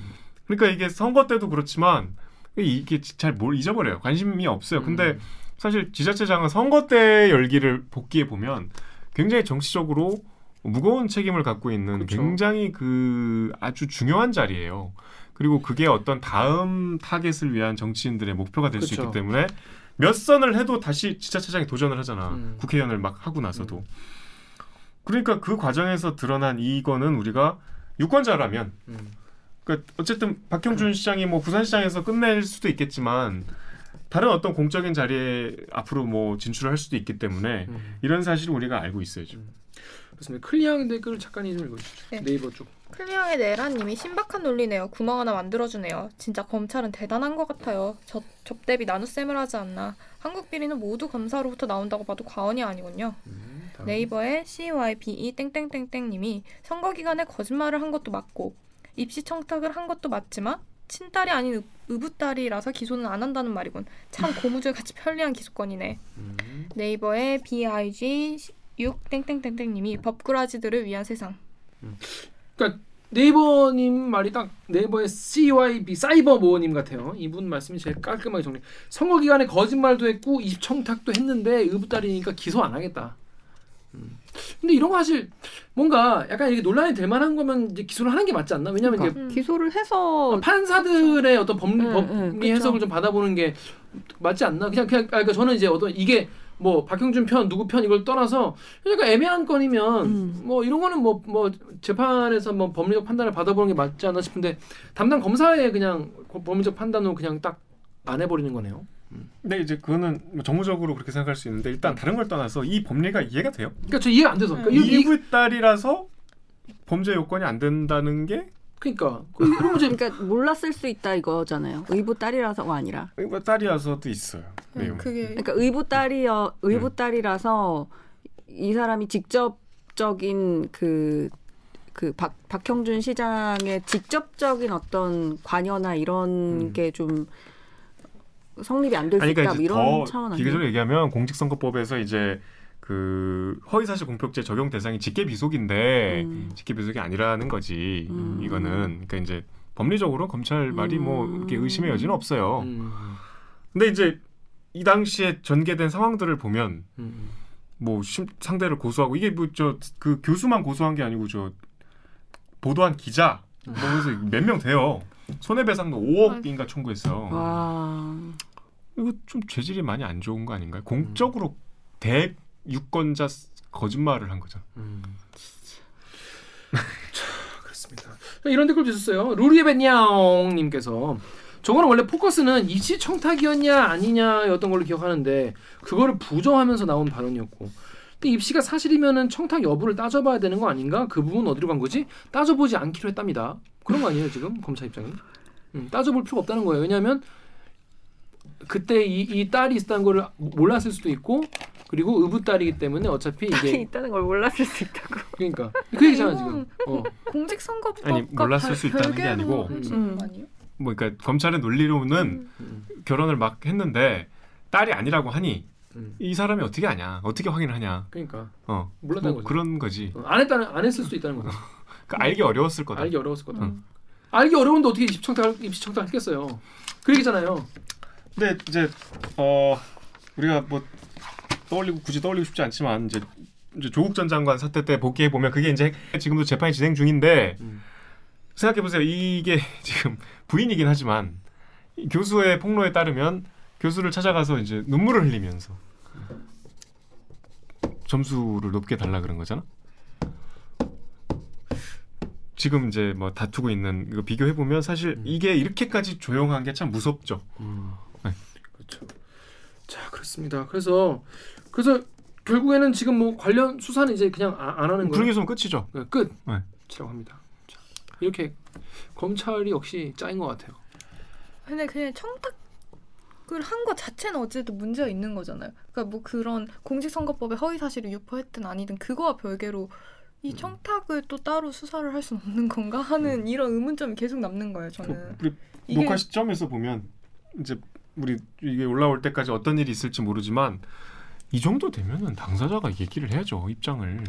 Speaker 2: 그러니까 이게 선거 때도 그렇지만 이게 잘 뭘 잊어버려요. 관심이 없어요. 근데
Speaker 1: 음.
Speaker 2: 사실 지자체장은 선거 때 열기를 복귀해 보면 굉장히 정치적으로 무거운 책임을 갖고 있는
Speaker 1: 그쵸.
Speaker 2: 굉장히 그 아주 중요한 자리예요. 그리고 그게 어떤 다음 타겟을 위한 정치인들의 목표가 될 수
Speaker 1: 그쵸.
Speaker 2: 있기 때문에 몇 선을 해도 다시 지자체장이 도전을 하잖아.
Speaker 1: 음.
Speaker 2: 국회의원을 막 하고 나서도. 그러니까 그 과정에서 드러난 이거는 우리가 유권자라면
Speaker 1: 음.
Speaker 2: 그러니까 어쨌든 박형준 시장이 뭐 부산시장에서 끝낼 수도 있겠지만 다른 어떤 공적인 자리에 앞으로 뭐 진출을 할 수도 있기 때문에
Speaker 1: 음.
Speaker 2: 이런 사실을 우리가 알고 있어야죠.
Speaker 1: 그렇습니다. 클리앙 댓글 작가님 좀 읽어주시죠.
Speaker 5: 네.
Speaker 1: 네이버 쪽.
Speaker 5: 클리앙의 내라님이 신박한 논리네요. 구멍 하나 만들어주네요. 진짜 검찰은 대단한 것 같아요. 저, 접대비 나눗셈을 하지 않나. 한국 비리는 모두 검사로부터 나온다고 봐도 과언이 아니군요.
Speaker 1: 다음.
Speaker 5: 네이버의 CYBE E 땡땡땡땡님이 선거 기간에 거짓말을 한 것도 맞고 입시 청탁을 한 것도 맞지만 친딸이 아닌 의- 의붓딸이라서 기소는 안 한다는 말이군. 참 고무줄 같이 편리한 기소권이네.
Speaker 1: 음.
Speaker 5: 네이버의 BIG 6 땡땡땡땡님이 법꾸라지들을 위한 세상.
Speaker 1: 네이버님 말이 딱 네이버의 CYB 사이버 모어님 같아요. 이분 말씀이 제일 깔끔하게 정리. 선거 기간에 거짓말도 했고 입 청탁도 했는데 의붓딸이니까 기소 안 하겠다. 음. 근데 이런 거 사실 뭔가 약간 이게 논란이 될 만한 거면 이제 기소를 하는 게 맞지 않나? 왜냐면 이제
Speaker 2: 그
Speaker 5: 음.
Speaker 4: 기소를 해서
Speaker 1: 판사들의 어떤 법,
Speaker 4: 응,
Speaker 1: 법리
Speaker 4: 응,
Speaker 1: 해석을 좀 받아보는 게 맞지 않나? 그냥 그냥 아, 그러니까 저는 이제 어떤 이게 뭐 박형준 편 누구 편 이걸 떠나서 그러니까 애매한 건이면
Speaker 4: 음.
Speaker 1: 뭐 이런 거는 뭐 뭐 재판에서 뭐 법리적 판단을 받아보는 게 맞지 않나 싶은데 담당 검사의 그냥 고- 법리적 판단으로 그냥 딱 안 해버리는 거네요.
Speaker 2: 근데 이제 그거는 뭐 정무적으로 그렇게 생각할 수 있는데 일단 다른 걸 떠나서 이 법리가 이해가 돼요.
Speaker 1: 그러니까 저 이해 가안 돼서 그러니까, 이, 이,
Speaker 2: 이부 딸이라서 범죄 요건이 안 된다는 게
Speaker 1: 그러니까 그 이런 문제
Speaker 4: 그러니까 몰랐을 수 있다 이거잖아요. 의부
Speaker 3: 어,
Speaker 4: 딸이라서가 아니라.
Speaker 2: 이부 딸이어서도 있어요.
Speaker 1: 음,
Speaker 2: 내용이.
Speaker 5: 그게 뭐?
Speaker 4: 그러니까 의부 딸이여 의부
Speaker 2: 음.
Speaker 4: 딸이라서 이 사람이 직접적인 그. 그 박, 박형준 시장의 직접적인 어떤 관여나 이런
Speaker 1: 음.
Speaker 4: 게 좀 성립이 안 될 수
Speaker 2: 아니,
Speaker 4: 있다 뭐
Speaker 2: 그러니까 이제
Speaker 4: 이런
Speaker 2: 더
Speaker 4: 차원 아니에요?
Speaker 2: 기계적으로 얘기하면 공직선거법에서 이제 그 허위사실 공표죄 적용 대상이 직계비속인데
Speaker 4: 음.
Speaker 2: 직계비속이 아니라는 거지
Speaker 4: 음.
Speaker 2: 이거는 그러니까 이제 법리적으로 검찰 말이 뭐
Speaker 3: 음.
Speaker 2: 이렇게 의심의 여지는 없어요.
Speaker 1: 음,
Speaker 2: 근데 이제 이 당시에 전개된 상황들을 보면
Speaker 1: 음.
Speaker 2: 뭐 심- 상대를 고소하고 이게 뭐 저 그 교수만 고소한 게 아니고 저 보도한 기자 뭐 그래서 몇 명 돼요. 손해배상도 5억인가 청구했어요.
Speaker 3: 와.
Speaker 2: 이거 좀 죄질이 많이 안 좋은 거 아닌가요?
Speaker 1: 음.
Speaker 2: 공적으로 대 유권자 거짓말을 한 거죠.
Speaker 1: 음, 그렇습니다. 자, 이런 댓글도 있었어요. 루리에베냐옹님께서 저거는 원래 포커스는 입시 청탁이었냐 아니냐였던 걸로 기억하는데 그거를 부정하면서 나온 발언이었고 근데 입시가 사실이면은 청탁 여부를 따져봐야 되는 거 아닌가? 그 부분 어디로 간 거지? 따져보지 않기로 했답니다. 그런 거 아니에요 지금 검찰 입장은? 음, 따져볼 필요가 없다는 거예요. 왜냐하면 그때 이, 이 딸이 있었다는 거를 몰랐을 수도 있고 그리고 의붓 딸이기 때문에 어차피 이게
Speaker 4: 있다는 걸 몰랐을 수 있다고.
Speaker 1: 그러니까 그 얘기잖아 지금. 어.
Speaker 5: 공직선거법과
Speaker 2: 아니, 몰랐을 수 있다는 게 아니고.
Speaker 3: 음.
Speaker 5: 아니요
Speaker 2: 뭐 그러니까 검찰의 논리로는
Speaker 1: 음.
Speaker 2: 결혼을 막 했는데 딸이 아니라고 하니
Speaker 1: 음.
Speaker 2: 이 사람이 어떻게 아냐? 어떻게 확인을 하냐?
Speaker 1: 그러니까
Speaker 2: 어.
Speaker 1: 몰랐다는
Speaker 2: 뭐
Speaker 1: 거지.
Speaker 2: 그런 거지.
Speaker 1: 어, 안 했다는 안 했을 수도 있다는 거죠.
Speaker 2: 그러니까 알기 어려웠을 거다.
Speaker 1: 알기 어려웠을 거다.
Speaker 2: 음.
Speaker 1: 알기 어려운데 어떻게 입시 청탁 입시 청탁 했겠어요. 그 얘기잖아요.
Speaker 2: 근데 이제 어 우리가 뭐 떠올리고 굳이 떠올리고 싶지 않지만 이제 이제 조국 전 장관 사태 때 복귀해 보면 그게 이제 지금도 재판이 진행 중인데
Speaker 1: 음.
Speaker 2: 생각해 보세요. 이게 지금 부인이긴 하지만 이 교수의 폭로에 따르면 교수를 찾아가서 이제 눈물을 흘리면서 점수를 높게 달라 그런 거잖아. 지금 이제 뭐 다투고 있는 이거 비교해 보면 사실 이게 이렇게까지 조용한 게 참 무섭죠. 네.
Speaker 1: 그렇죠. 자 그렇습니다. 그래서 그래서 결국에는 지금 뭐 관련 수사는 이제 그냥 아- 안 하는 거예요.
Speaker 2: 불기소면 끝이죠.
Speaker 1: 네, 끝.
Speaker 2: 네.
Speaker 1: 이라고 합니다. 자, 이렇게 검찰이 역시 짜인 것 같아요.
Speaker 5: 근데 그냥 청탁을 한 거 자체는 어쨌든 문제가 있는 거잖아요. 그러니까 뭐 그런 공직선거법의 허위 사실을 유포했든 아니든 그거와 별개로
Speaker 2: 음.
Speaker 5: 이 청탁을 또 따로 수사를 할 수는 없는 건가 하는 이런 의문점이 계속 남는 거예요. 저는
Speaker 2: 우리
Speaker 5: 이게-
Speaker 2: 녹화 시점에서 보면 이제 우리 이게 올라올 때까지 어떤 일이 있을지 모르지만 이 정도 되면은 당사자가 얘기를 해야죠 입장을.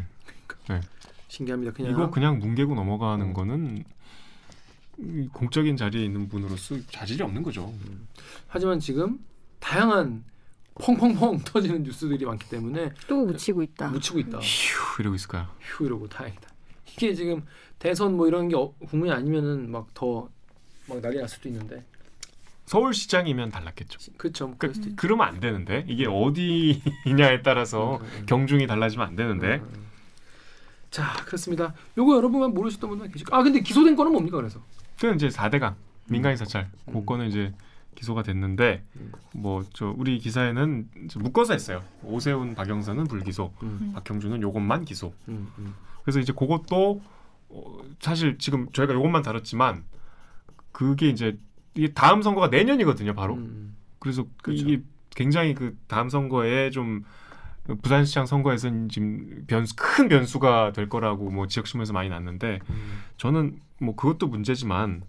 Speaker 1: 신기합니다. 그냥
Speaker 2: 이거 그냥 뭉개고 넘어가는
Speaker 1: 음.
Speaker 2: 거는 이 공적인 자리에 있는 분으로서 자질이 없는 거죠.
Speaker 1: 하지만 지금 다양한 펑펑펑 터지는 뉴스들이 많기 때문에
Speaker 3: 또 묻히고 있다.
Speaker 1: 묻히고 있다.
Speaker 2: 휴 이러고 있을까요?
Speaker 1: 휴 이러고 다행이다. 이게 지금 대선 뭐 이런 게 어- 국면이 아니면은 막 더 막 난리 날 수도 있는데.
Speaker 2: 서울시장이면 달랐겠죠. 그러니까
Speaker 1: 그렇죠. 그럴 수도 있죠.
Speaker 2: 그러면 안 되는데 이게 어디냐에 따라서
Speaker 1: 음, 음.
Speaker 2: 경중이 달라지면 안 되는데
Speaker 1: 음. 자 그렇습니다. 요거 여러분만 모르셨던 분들 계실 거. 아 근데 기소된 거는 뭡니까 그래서?
Speaker 2: 그건 이제 4대강 민간인 사찰 고건은 이제 기소가 됐는데
Speaker 1: 음.
Speaker 2: 뭐 저 우리 기사에는 이제 묶어서 했어요. 오세훈, 박영선은 불기소,
Speaker 1: 음.
Speaker 2: 박형준은 요것만 기소.
Speaker 1: 음, 음.
Speaker 2: 그래서 이제 그것도 어, 사실 지금 저희가 요것만 다뤘지만 그게 이제 이게 다음 선거가 내년이거든요, 바로.
Speaker 1: 음,
Speaker 2: 그래서 그
Speaker 1: 그렇죠.
Speaker 2: 이게 굉장히 그 다음 선거에 좀 부산시장 선거에서는 지금 변수 큰 변수가 될 거라고 뭐 지역 신문에서 많이 났는데
Speaker 1: 음.
Speaker 2: 저는 뭐 그것도 문제지만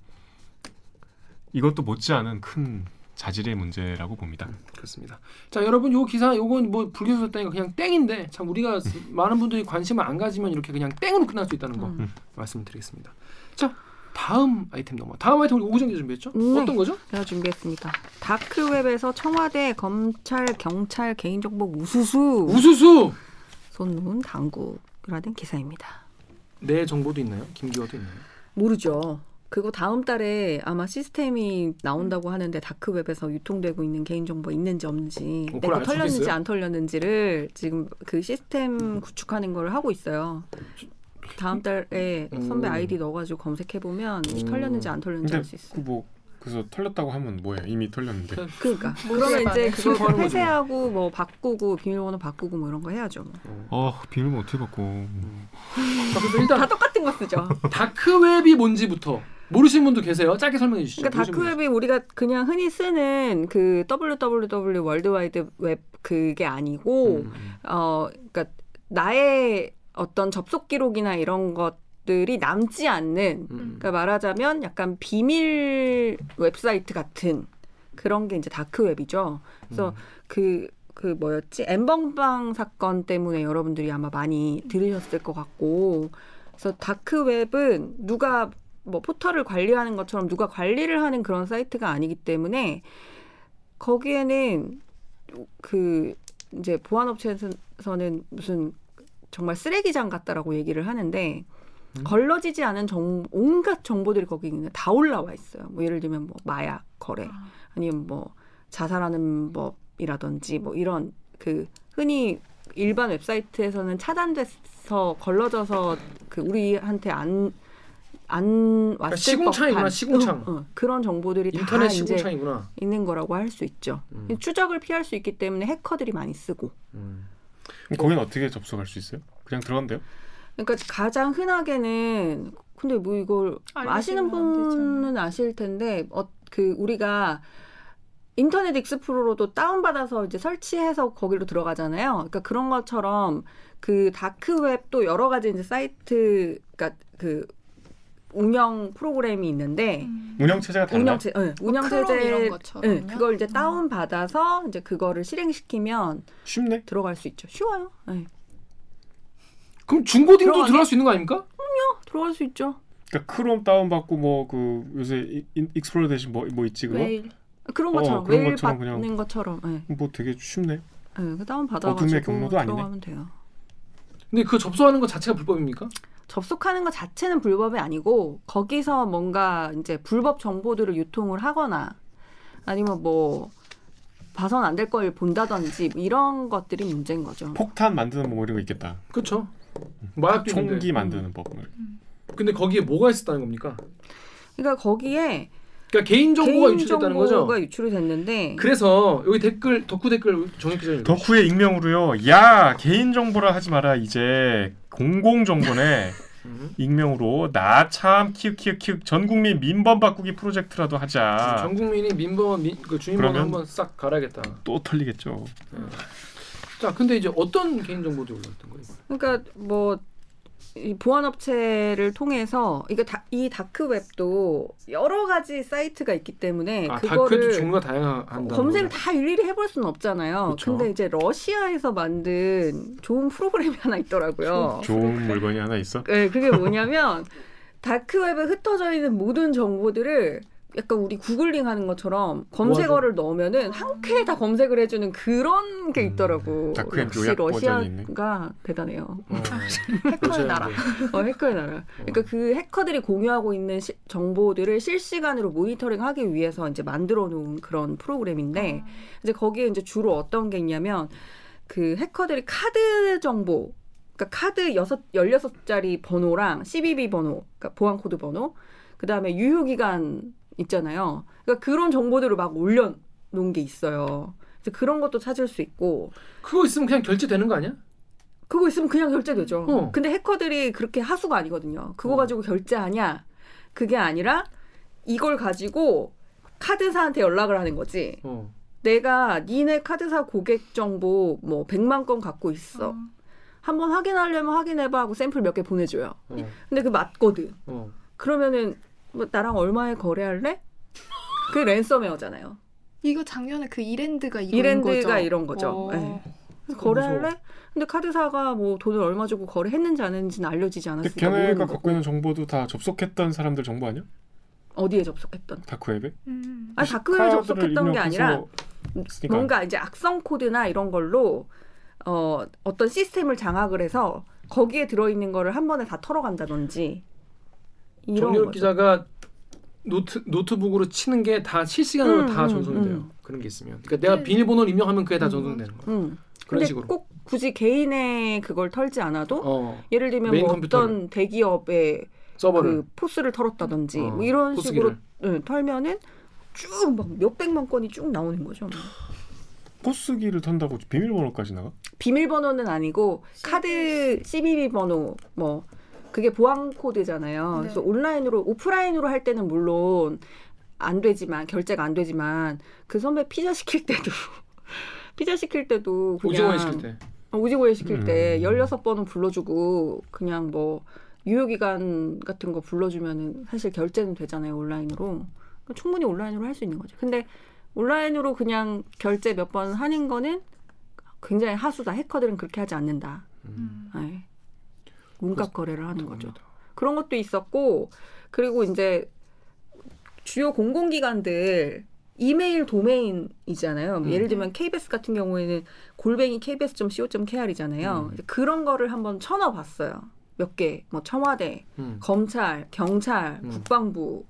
Speaker 2: 이것도 못지않은 큰 자질의 문제라고 봅니다.
Speaker 1: 그렇습니다. 자 여러분 요 기사 요건 뭐 불기소됐다니까 그냥 땡인데 참
Speaker 2: 음.
Speaker 1: 우리가 많은 분들이 관심을 안 가지면 이렇게 그냥 땡으로 끝날 수 있다는 거
Speaker 3: 음.
Speaker 1: 말씀드리겠습니다. 자 다음 아이템 넘어. 다음 아이템 우리 오구정 기 준비했죠?
Speaker 3: 네.
Speaker 1: 어떤 거죠?
Speaker 3: 제가 준비했습니다. 다크웹에서 청와대 검찰 경찰 개인정보 우수수
Speaker 1: 우수수.
Speaker 3: 손문 당국이라는 기사입니다.
Speaker 1: 내 정보도 있나요? 김기화도 있나요?
Speaker 3: 모르죠. 그거 다음 달에 아마 시스템이 나온다고 하는데 다크웹에서 유통되고 있는 개인정보 있는지 없는지
Speaker 1: 어, 그걸
Speaker 3: 내거
Speaker 1: 알 수도
Speaker 3: 털렸는지
Speaker 1: 있어요?
Speaker 3: 안 털렸는지를 지금 그 시스템 구축하는 걸 하고 있어요. 다음 달에
Speaker 1: 음.
Speaker 3: 선배 아이디 넣어가지고 검색해보면
Speaker 1: 음.
Speaker 3: 털렸는지 안 털렸는지 알 수 있어요.
Speaker 2: 그뭐 그래서 털렸다고 하면 뭐예요? 이미 털렸는데.
Speaker 3: 그러니까
Speaker 5: 모르겠네.
Speaker 3: 그러면 이제
Speaker 1: 슬퍼하는
Speaker 3: 그거
Speaker 1: 거죠.
Speaker 3: 폐쇄하고 뭐 바꾸고 비밀번호 바꾸고 뭐 이런 거 해야죠. 뭐.
Speaker 2: 아 비밀번호 어떻게 받고?
Speaker 1: 자, 그래서 일단
Speaker 3: 다 똑같은 거 쓰죠.
Speaker 1: 다크웹이 뭔지부터 모르시는 분도 계세요. 짧게 설명해 주시죠.
Speaker 3: 그러니까
Speaker 1: 모르시는
Speaker 3: 다크웹이 우리가 그냥 흔히 쓰는 그 www 월드와이드 웹 그게 아니고
Speaker 1: 분들. 음,
Speaker 3: 어 그러니까 나의 어떤 접속 기록이나 이런 것들이 남지 않는
Speaker 1: 음, 음.
Speaker 3: 그러니까 말하자면 약간 비밀 웹사이트 같은 그런 게 이제 다크웹이죠. 그래서 그, 그 뭐였지? 엠번방 사건 때문에 여러분들이 아마 많이 들으셨을 것 같고. 그래서 다크웹은 누가 뭐 포털을 관리하는 것처럼 누가 관리를 하는 그런 사이트가 아니기 때문에 거기에는 그 이제 보안업체에서는 무슨 정말 쓰레기장 같다라고 얘기를 하는데
Speaker 1: 음.
Speaker 3: 걸러지지 않은 정, 온갖 정보들이 거기 있는 다 올라와 있어요. 뭐 예를 들면 뭐 마약 거래 아니면 뭐 자살하는 법이라든지 뭐 이런 그 흔히 일반 웹사이트에서는 차단돼서 걸러져서 그 우리한테 안 안 왔을
Speaker 1: 시궁창이구나,
Speaker 3: 법한
Speaker 1: 시궁창.
Speaker 3: 어, 어, 그런 정보들이 다
Speaker 1: 인터넷
Speaker 3: 이제
Speaker 1: 시공창이구나.
Speaker 3: 있는 거라고 할 수 있죠.
Speaker 1: 음.
Speaker 3: 추적을 피할 수 있기 때문에 해커들이 많이 쓰고.
Speaker 1: 음.
Speaker 2: 그럼 거긴 어떻게 접속할 수 있어요? 그냥 들어간대요?
Speaker 3: 그러니까 가장 흔하게는 근데 뭐 이걸
Speaker 5: 알려주면
Speaker 3: 아시는
Speaker 5: 안
Speaker 3: 분은 아실 텐데 어, 그 우리가 인터넷 익스플로러도 다운받아서 이제 설치해서 거기로 들어가잖아요. 그러니까 그런 것처럼 그 다크웹 또 여러 가지 이제 사이트, 그러니까 그 운영 프로그램이 있는데
Speaker 5: 음.
Speaker 2: 운영 체제가 달라.
Speaker 3: 운영체, 응,
Speaker 5: 크롬
Speaker 3: 운영체제,
Speaker 5: 이런 음. 것처럼요?
Speaker 3: 응, 그걸 이제
Speaker 2: 음.
Speaker 3: 다운 받아서 이제 그거를 실행시키면
Speaker 2: 쉽네.
Speaker 3: 들어갈 수 있죠. 쉬워요. 네.
Speaker 1: 그럼 중고딩도
Speaker 3: 들어가네?
Speaker 1: 들어갈 수 있는 거 아닙니까?
Speaker 3: 들어갈 수 있죠.
Speaker 2: 그러니까 크롬 다운 받고 뭐 그 요새 이- 인- 익스플로러 대신 뭐, 뭐 있지 그거?
Speaker 5: 웨일.
Speaker 3: 그런
Speaker 2: 어,
Speaker 3: 것처럼
Speaker 2: 그런
Speaker 3: 매일
Speaker 2: 것처럼
Speaker 3: 받는
Speaker 2: 그냥-
Speaker 3: 것처럼. 네.
Speaker 2: 뭐 되게 쉽네.
Speaker 3: 네, 그 다운 받아가지고
Speaker 2: 구매 경로도 아니네.
Speaker 3: 들어가면 돼요.
Speaker 1: 근데 그 접수하는 것 자체가 불법입니까?
Speaker 3: 접속하는 것 자체는 불법이 아니고 거기서 뭔가 이제 불법 정보들을 유통을 하거나 아니면 뭐 봐선 안 될 걸 본다든지 뭐 이런 것들이 문제인 거죠.
Speaker 2: 폭탄 만드는 뭐 이런 거 있겠다.
Speaker 1: 그렇죠. 마약도
Speaker 2: 총기
Speaker 1: 총기.
Speaker 2: 만드는 법. 뭐 이런 거.
Speaker 1: 근데 거기에 뭐가 있었다는 겁니까?
Speaker 3: 그러니까 거기에
Speaker 1: 그러니까 개인 정보가
Speaker 3: 개인
Speaker 1: 유출됐다는
Speaker 3: 정보가
Speaker 1: 거죠.
Speaker 3: 유출이 됐는데
Speaker 1: 그래서 여기 댓글 덕후 댓글 정혁 기자님.
Speaker 2: 덕후의 익명으로요. 야 개인 정보라 하지 마라. 이제 공공 정보네.
Speaker 1: 음.
Speaker 2: 익명으로 나 참 키키키 전 국민 민번 바꾸기 프로젝트라도 하자.
Speaker 1: 전 국민이 민번 민, 그 주민번호
Speaker 2: 아. 그러면-
Speaker 1: 한번 싹 갈아야겠다.
Speaker 2: 또 털리겠죠.
Speaker 1: 자, 근데 이제 어떤 개인 정보들이 올랐던 거예요?
Speaker 3: 그러니까 뭐. 이 보안업체를 통해서 이거 다, 이 다크웹도 여러 가지 사이트가 있기 때문에
Speaker 1: 아, 다크도
Speaker 3: 네, 그거를
Speaker 1: 종류가 다양한다.
Speaker 3: 검색을 다 일일이 해볼 수는 없잖아요.
Speaker 1: 그쵸.
Speaker 3: 근데 이제 러시아에서 만든 좋은 프로그램이 하나 있더라고요.
Speaker 2: 좋은 물건이 하나 있어.
Speaker 3: 네, 그게 뭐냐면 다크웹에 흩어져 있는 모든 정보들을 약간 우리 구글링 하는 것처럼 검색어를 넣으면은 한 쾌에 다 검색을 해주는 그런 게 있더라고.
Speaker 2: 음, 다크웹
Speaker 3: 역시
Speaker 2: 요약 버전이 있네.
Speaker 3: 러시아가 대단해요.
Speaker 1: 어.
Speaker 5: 해커의
Speaker 1: 그렇죠. 네.
Speaker 5: 나라.
Speaker 3: 어, 해커의 나라. 그러니까 그 해커들이 공유하고 있는 시- 정보들을 실시간으로 모니터링하기 위해서 이제 만들어 놓은 그런
Speaker 5: 네.
Speaker 3: 프로그램인데 이제 거기에 이제 주로 어떤 게 있냐면 그 해커들이 카드 정보 그러니까 카드 여섯 16자리 번호랑 CBB 번호, 그러니까 보안 코드 번호, 그다음에 유효 기간 있잖아요. 그러니까 그런 정보들을 막 올려 놓은 게 있어요. 그래서 그런 것도 찾을 수 있고
Speaker 1: 그거 있으면 그냥 결제되는 거 아니야?
Speaker 3: 그거 있으면 그냥 결제되죠.
Speaker 1: 어.
Speaker 3: 근데 해커들이 그렇게 하수가 아니거든요. 그거
Speaker 1: 어.
Speaker 3: 가지고 결제하냐? 그게 아니라 이걸 가지고 카드사한테 연락을 하는 거지.
Speaker 1: 어.
Speaker 3: 내가 니네 카드사 고객 정보 뭐 100만 건 갖고 있어. 한번 확인하려면 확인해봐 하고 샘플 몇 개 보내줘요.
Speaker 1: 어.
Speaker 3: 근데 그 맞거든.
Speaker 1: 어.
Speaker 3: 그러면은 뭐 나랑 얼마에 거래할래? 그 랜섬웨어잖아요.
Speaker 5: 이거 작년에 그 이랜드가 이런
Speaker 3: 이랜드가
Speaker 5: 거죠.
Speaker 3: 이런 거죠.
Speaker 5: 어.
Speaker 3: 예. 그래서
Speaker 1: 무서워.
Speaker 3: 거래할래? 근데 카드사가 뭐 돈을 얼마 주고 거래했는지 안 했는지는 알려지지
Speaker 2: 근데
Speaker 3: 않았으니까 모르는
Speaker 2: 걔네가
Speaker 3: 거.
Speaker 2: 갖고 있는 정보도 다 접속했던 사람들 정보 아니야?
Speaker 3: 어디에 접속했던?
Speaker 2: 다크웹에?
Speaker 5: 음.
Speaker 3: 아니 다크웹에
Speaker 2: 카드를
Speaker 3: 접속했던 게 아니라
Speaker 2: 입력해서
Speaker 1: 그러니까
Speaker 2: 쓰니까.
Speaker 3: 뭔가 이제 악성 코드나 이런 걸로 어, 어떤 시스템을 장악을 해서 거기에 들어있는 거를 한 번에 다 털어간다든지 이런
Speaker 1: 정유럽
Speaker 3: 거죠.
Speaker 1: 기자가 노트 노트북으로 치는 게 다 실시간으로
Speaker 3: 음,
Speaker 1: 다
Speaker 3: 음,
Speaker 1: 전송이 돼요.
Speaker 3: 음.
Speaker 1: 그런 게 있으면. 그러니까 내가 비밀번호를 입력하면 그게 다 전송되는 거야.
Speaker 3: 음.
Speaker 1: 그런
Speaker 3: 근데
Speaker 1: 식으로.
Speaker 3: 꼭 굳이 개인의 그걸 털지 않아도
Speaker 1: 어.
Speaker 3: 예를 들면
Speaker 1: 메인
Speaker 3: 뭐
Speaker 1: 컴퓨터를.
Speaker 3: 어떤 대기업의
Speaker 1: 서버를
Speaker 3: 그 포스를 털었다든지
Speaker 1: 어,
Speaker 3: 뭐 이런
Speaker 1: 포스기를.
Speaker 3: 식으로 네, 털면은 쭉 막 몇백만 건이 쭉 나오는 거죠. 뭐.
Speaker 2: 포스기를 탄다고 비밀번호까지 나가?
Speaker 3: 어. 비밀번호는 아니고 카드 CBB 번호 뭐 그게 보안 코드잖아요.
Speaker 5: 네.
Speaker 3: 그래서 온라인으로 오프라인으로 할 때는 물론 안 되지만 결제가 안 되지만 그 선배 피자 시킬 때도 피자 시킬 때도 그냥
Speaker 1: 오징어 시킬 때.
Speaker 3: 어, 오징어회 시킬
Speaker 2: 음.
Speaker 3: 때 16번은 불러주고 그냥 뭐 유효기간 같은 거 불러주면은 사실 결제는 되잖아요 온라인으로 그러니까 충분히 온라인으로 할 수 있는 거죠 근데 온라인으로 그냥 결제 몇 번 하는 거는 굉장히 하수다 해커들은 그렇게 하지 않는다
Speaker 1: 음.
Speaker 5: 음.
Speaker 3: 예. 문값 거래를 네. 하는 거죠 그런 것도 있었고 그리고 이제 주요 공공기관들 이메일 도메인이잖아요.
Speaker 1: 음.
Speaker 3: 예를 들면 KBS 같은 경우에는 골뱅이 kbs.co.kr이잖아요. 그런 거를 한번 쳐넣어봤어요. 몇 개, 뭐 청와대,
Speaker 1: 음.
Speaker 3: 검찰, 경찰,
Speaker 1: 음.
Speaker 3: 국방부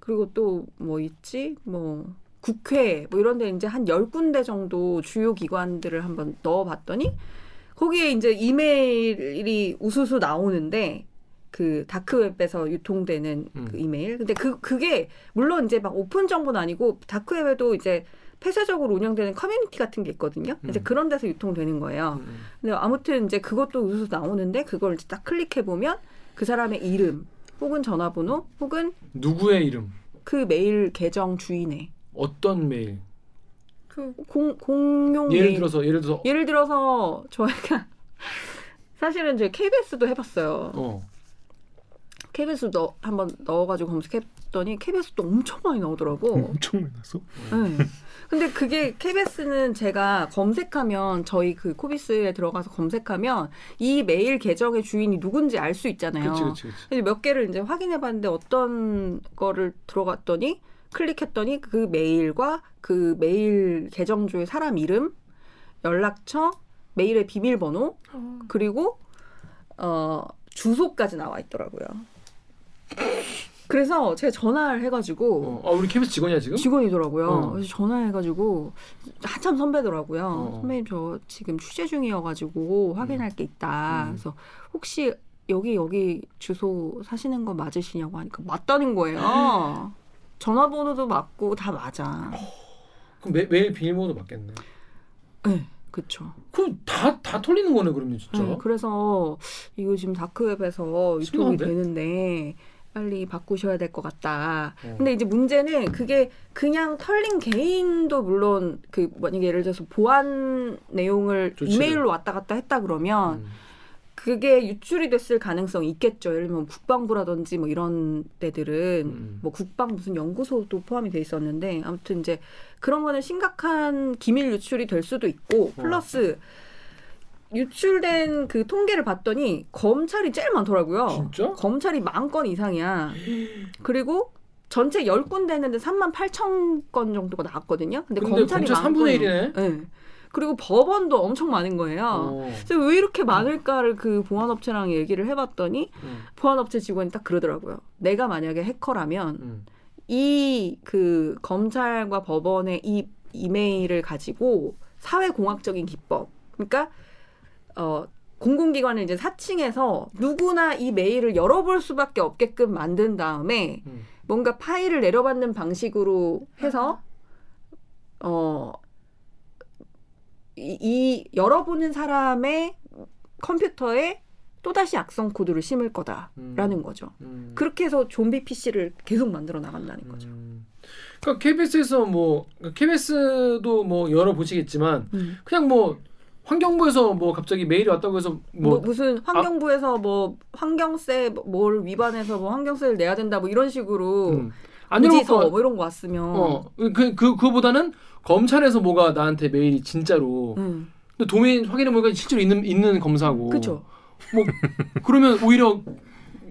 Speaker 3: 그리고 또 뭐 있지? 뭐 국회 뭐 이런 데 이제 한 열군데 정도 주요 기관들을 한번 넣어 봤더니 거기에 이제 이메일이 우수수 나오는데 그 다크웹에서 유통되는
Speaker 1: 음.
Speaker 3: 그 이메일. 근데 그 그게 물론 이제 막 오픈 정보는 아니고 다크웹에도 이제 폐쇄적으로 운영되는 커뮤니티 같은 게 있거든요. 이제
Speaker 1: 음.
Speaker 3: 그런 데서 유통되는 거예요.
Speaker 1: 음.
Speaker 3: 근데 아무튼 이제 그것도 우수 나오는데 그걸 이제 딱 클릭해 보면 그 사람의 이름 혹은 전화번호 혹은
Speaker 1: 누구의 이름?
Speaker 3: 그 메일 계정 주인의
Speaker 1: 어떤 메일?
Speaker 5: 그
Speaker 3: 공 공용
Speaker 1: 예를
Speaker 3: 음, 메일.
Speaker 1: 들어서 예를 들어서
Speaker 3: 예를 들어서 저희가 사실은 이제 KBS도 해봤어요.
Speaker 1: 어.
Speaker 3: KBS도 한번 넣어가지고 검색했더니 KBS도 엄청 많이 나오더라고.
Speaker 2: 엄청 많았어.
Speaker 1: 음.
Speaker 3: 네. 근데 그게 KBS는 제가 검색하면 저희 그 코비스에 들어가서 검색하면 이 메일 계정의 주인이 누군지 알 수 있잖아요.
Speaker 1: 그렇지 그렇지 그렇지.
Speaker 3: 그래서 몇 개를 이제 확인해 봤는데 어떤 거를 들어갔더니 클릭했더니 그 메일과 그 메일 계정주의 사람 이름, 연락처, 메일의 비밀번호
Speaker 5: 어,
Speaker 3: 그리고 어 주소까지 나와 있더라고요. 그래서 제가 전화를 해가지고
Speaker 1: 어. 아 우리 KBS 직원이야 지금?
Speaker 3: 직원이더라고요.
Speaker 1: 어.
Speaker 3: 그래서 전화해가지고 한참 선배더라고요.
Speaker 1: 어.
Speaker 3: 선배님 저 지금 취재 중이어가지고 확인할 게 있다.
Speaker 1: 음.
Speaker 3: 그래서 혹시 여기 여기 주소 사시는 거 맞으시냐고 하니까 맞다는 거예요. 전화번호도 맞고 다 맞아.
Speaker 1: 그럼 매, 매일 비밀번호 받겠네.
Speaker 3: 네, 그쵸.
Speaker 1: 그럼 다다 털리는 거네 그러면 진짜.
Speaker 3: 네, 그래서 이거 지금 다크웹에서 유통이
Speaker 1: 심각한데?
Speaker 3: 되는데 빨리 바꾸셔야 될 것 같다.
Speaker 1: 어.
Speaker 3: 근데 이제 문제는 그게 그냥 털린 개인도 물론 그 만약에 예를 들어서 보안 내용을
Speaker 1: 조치를.
Speaker 3: 이메일로 왔다 갔다 했다 그러면
Speaker 1: 음.
Speaker 3: 그게 유출이 됐을 가능성이 있겠죠. 예를 들면 국방부라든지 뭐 이런 데들은
Speaker 1: 음.
Speaker 3: 뭐 국방 무슨 연구소도 포함이 돼 있었는데 아무튼 이제 그런 거는 심각한 기밀 유출이 될 수도
Speaker 1: 어.
Speaker 3: 있고 플러스 유출된 그 통계를 봤더니 검찰이 제일 많더라고요.
Speaker 1: 진짜?
Speaker 3: 검찰이 만 건 이상이야. 그리고 전체 10군데 했는데 3만 8천 건 정도가 나왔거든요. 근데,
Speaker 1: 근데
Speaker 3: 검찰이
Speaker 1: 검찰
Speaker 3: 만
Speaker 1: 3분의
Speaker 3: 건이에요.
Speaker 1: 1이네.
Speaker 3: 네. 그리고 법원도 엄청 많은 거예요.
Speaker 1: 어.
Speaker 3: 그래서 왜 이렇게 많을까를 그 보안업체랑 얘기를 해봤더니
Speaker 1: 음.
Speaker 3: 보안업체 직원이 딱 그러더라고요. 내가 만약에 해커라면
Speaker 1: 음.
Speaker 3: 이 그 검찰과 법원의 이 이메일을 가지고 사회공학적인 기법, 그러니까 어 공공기관을 이제 사칭해서 누구나 이 메일을 열어볼 수밖에 없게끔 만든 다음에
Speaker 1: 음.
Speaker 3: 뭔가 파일을 내려받는 방식으로 해서 어. 이, 이 열어보는 사람의 컴퓨터에 또다시 악성 코드를 심을 거다라는
Speaker 1: 음.
Speaker 3: 거죠.
Speaker 1: 음.
Speaker 3: 그렇게 해서 좀비 PC를 계속 만들어 나간다는 거죠.
Speaker 1: 음. 그러니까 KBS에서 뭐 KBS도 뭐 열어 보시겠지만
Speaker 3: 음.
Speaker 1: 그냥 뭐 환경부에서 뭐 갑자기 메일이 왔다고 해서
Speaker 3: 뭐,
Speaker 1: 뭐
Speaker 3: 무슨 환경부에서 뭐 환경세 뭘 위반해서 뭐 환경세를 내야 된다 뭐 이런 식으로
Speaker 1: 음. 안 열어
Speaker 3: 안지서
Speaker 1: 볼거
Speaker 3: 뭐 이런 거 왔으면
Speaker 1: 어그 그 그거보다는 검찰에서 뭐가 나한테 메일이 진짜로
Speaker 3: 음.
Speaker 1: 근데 도메인 확인해 보니까 실제로 있는 있는 검사고
Speaker 3: 그렇죠.
Speaker 1: 뭐 그러면 오히려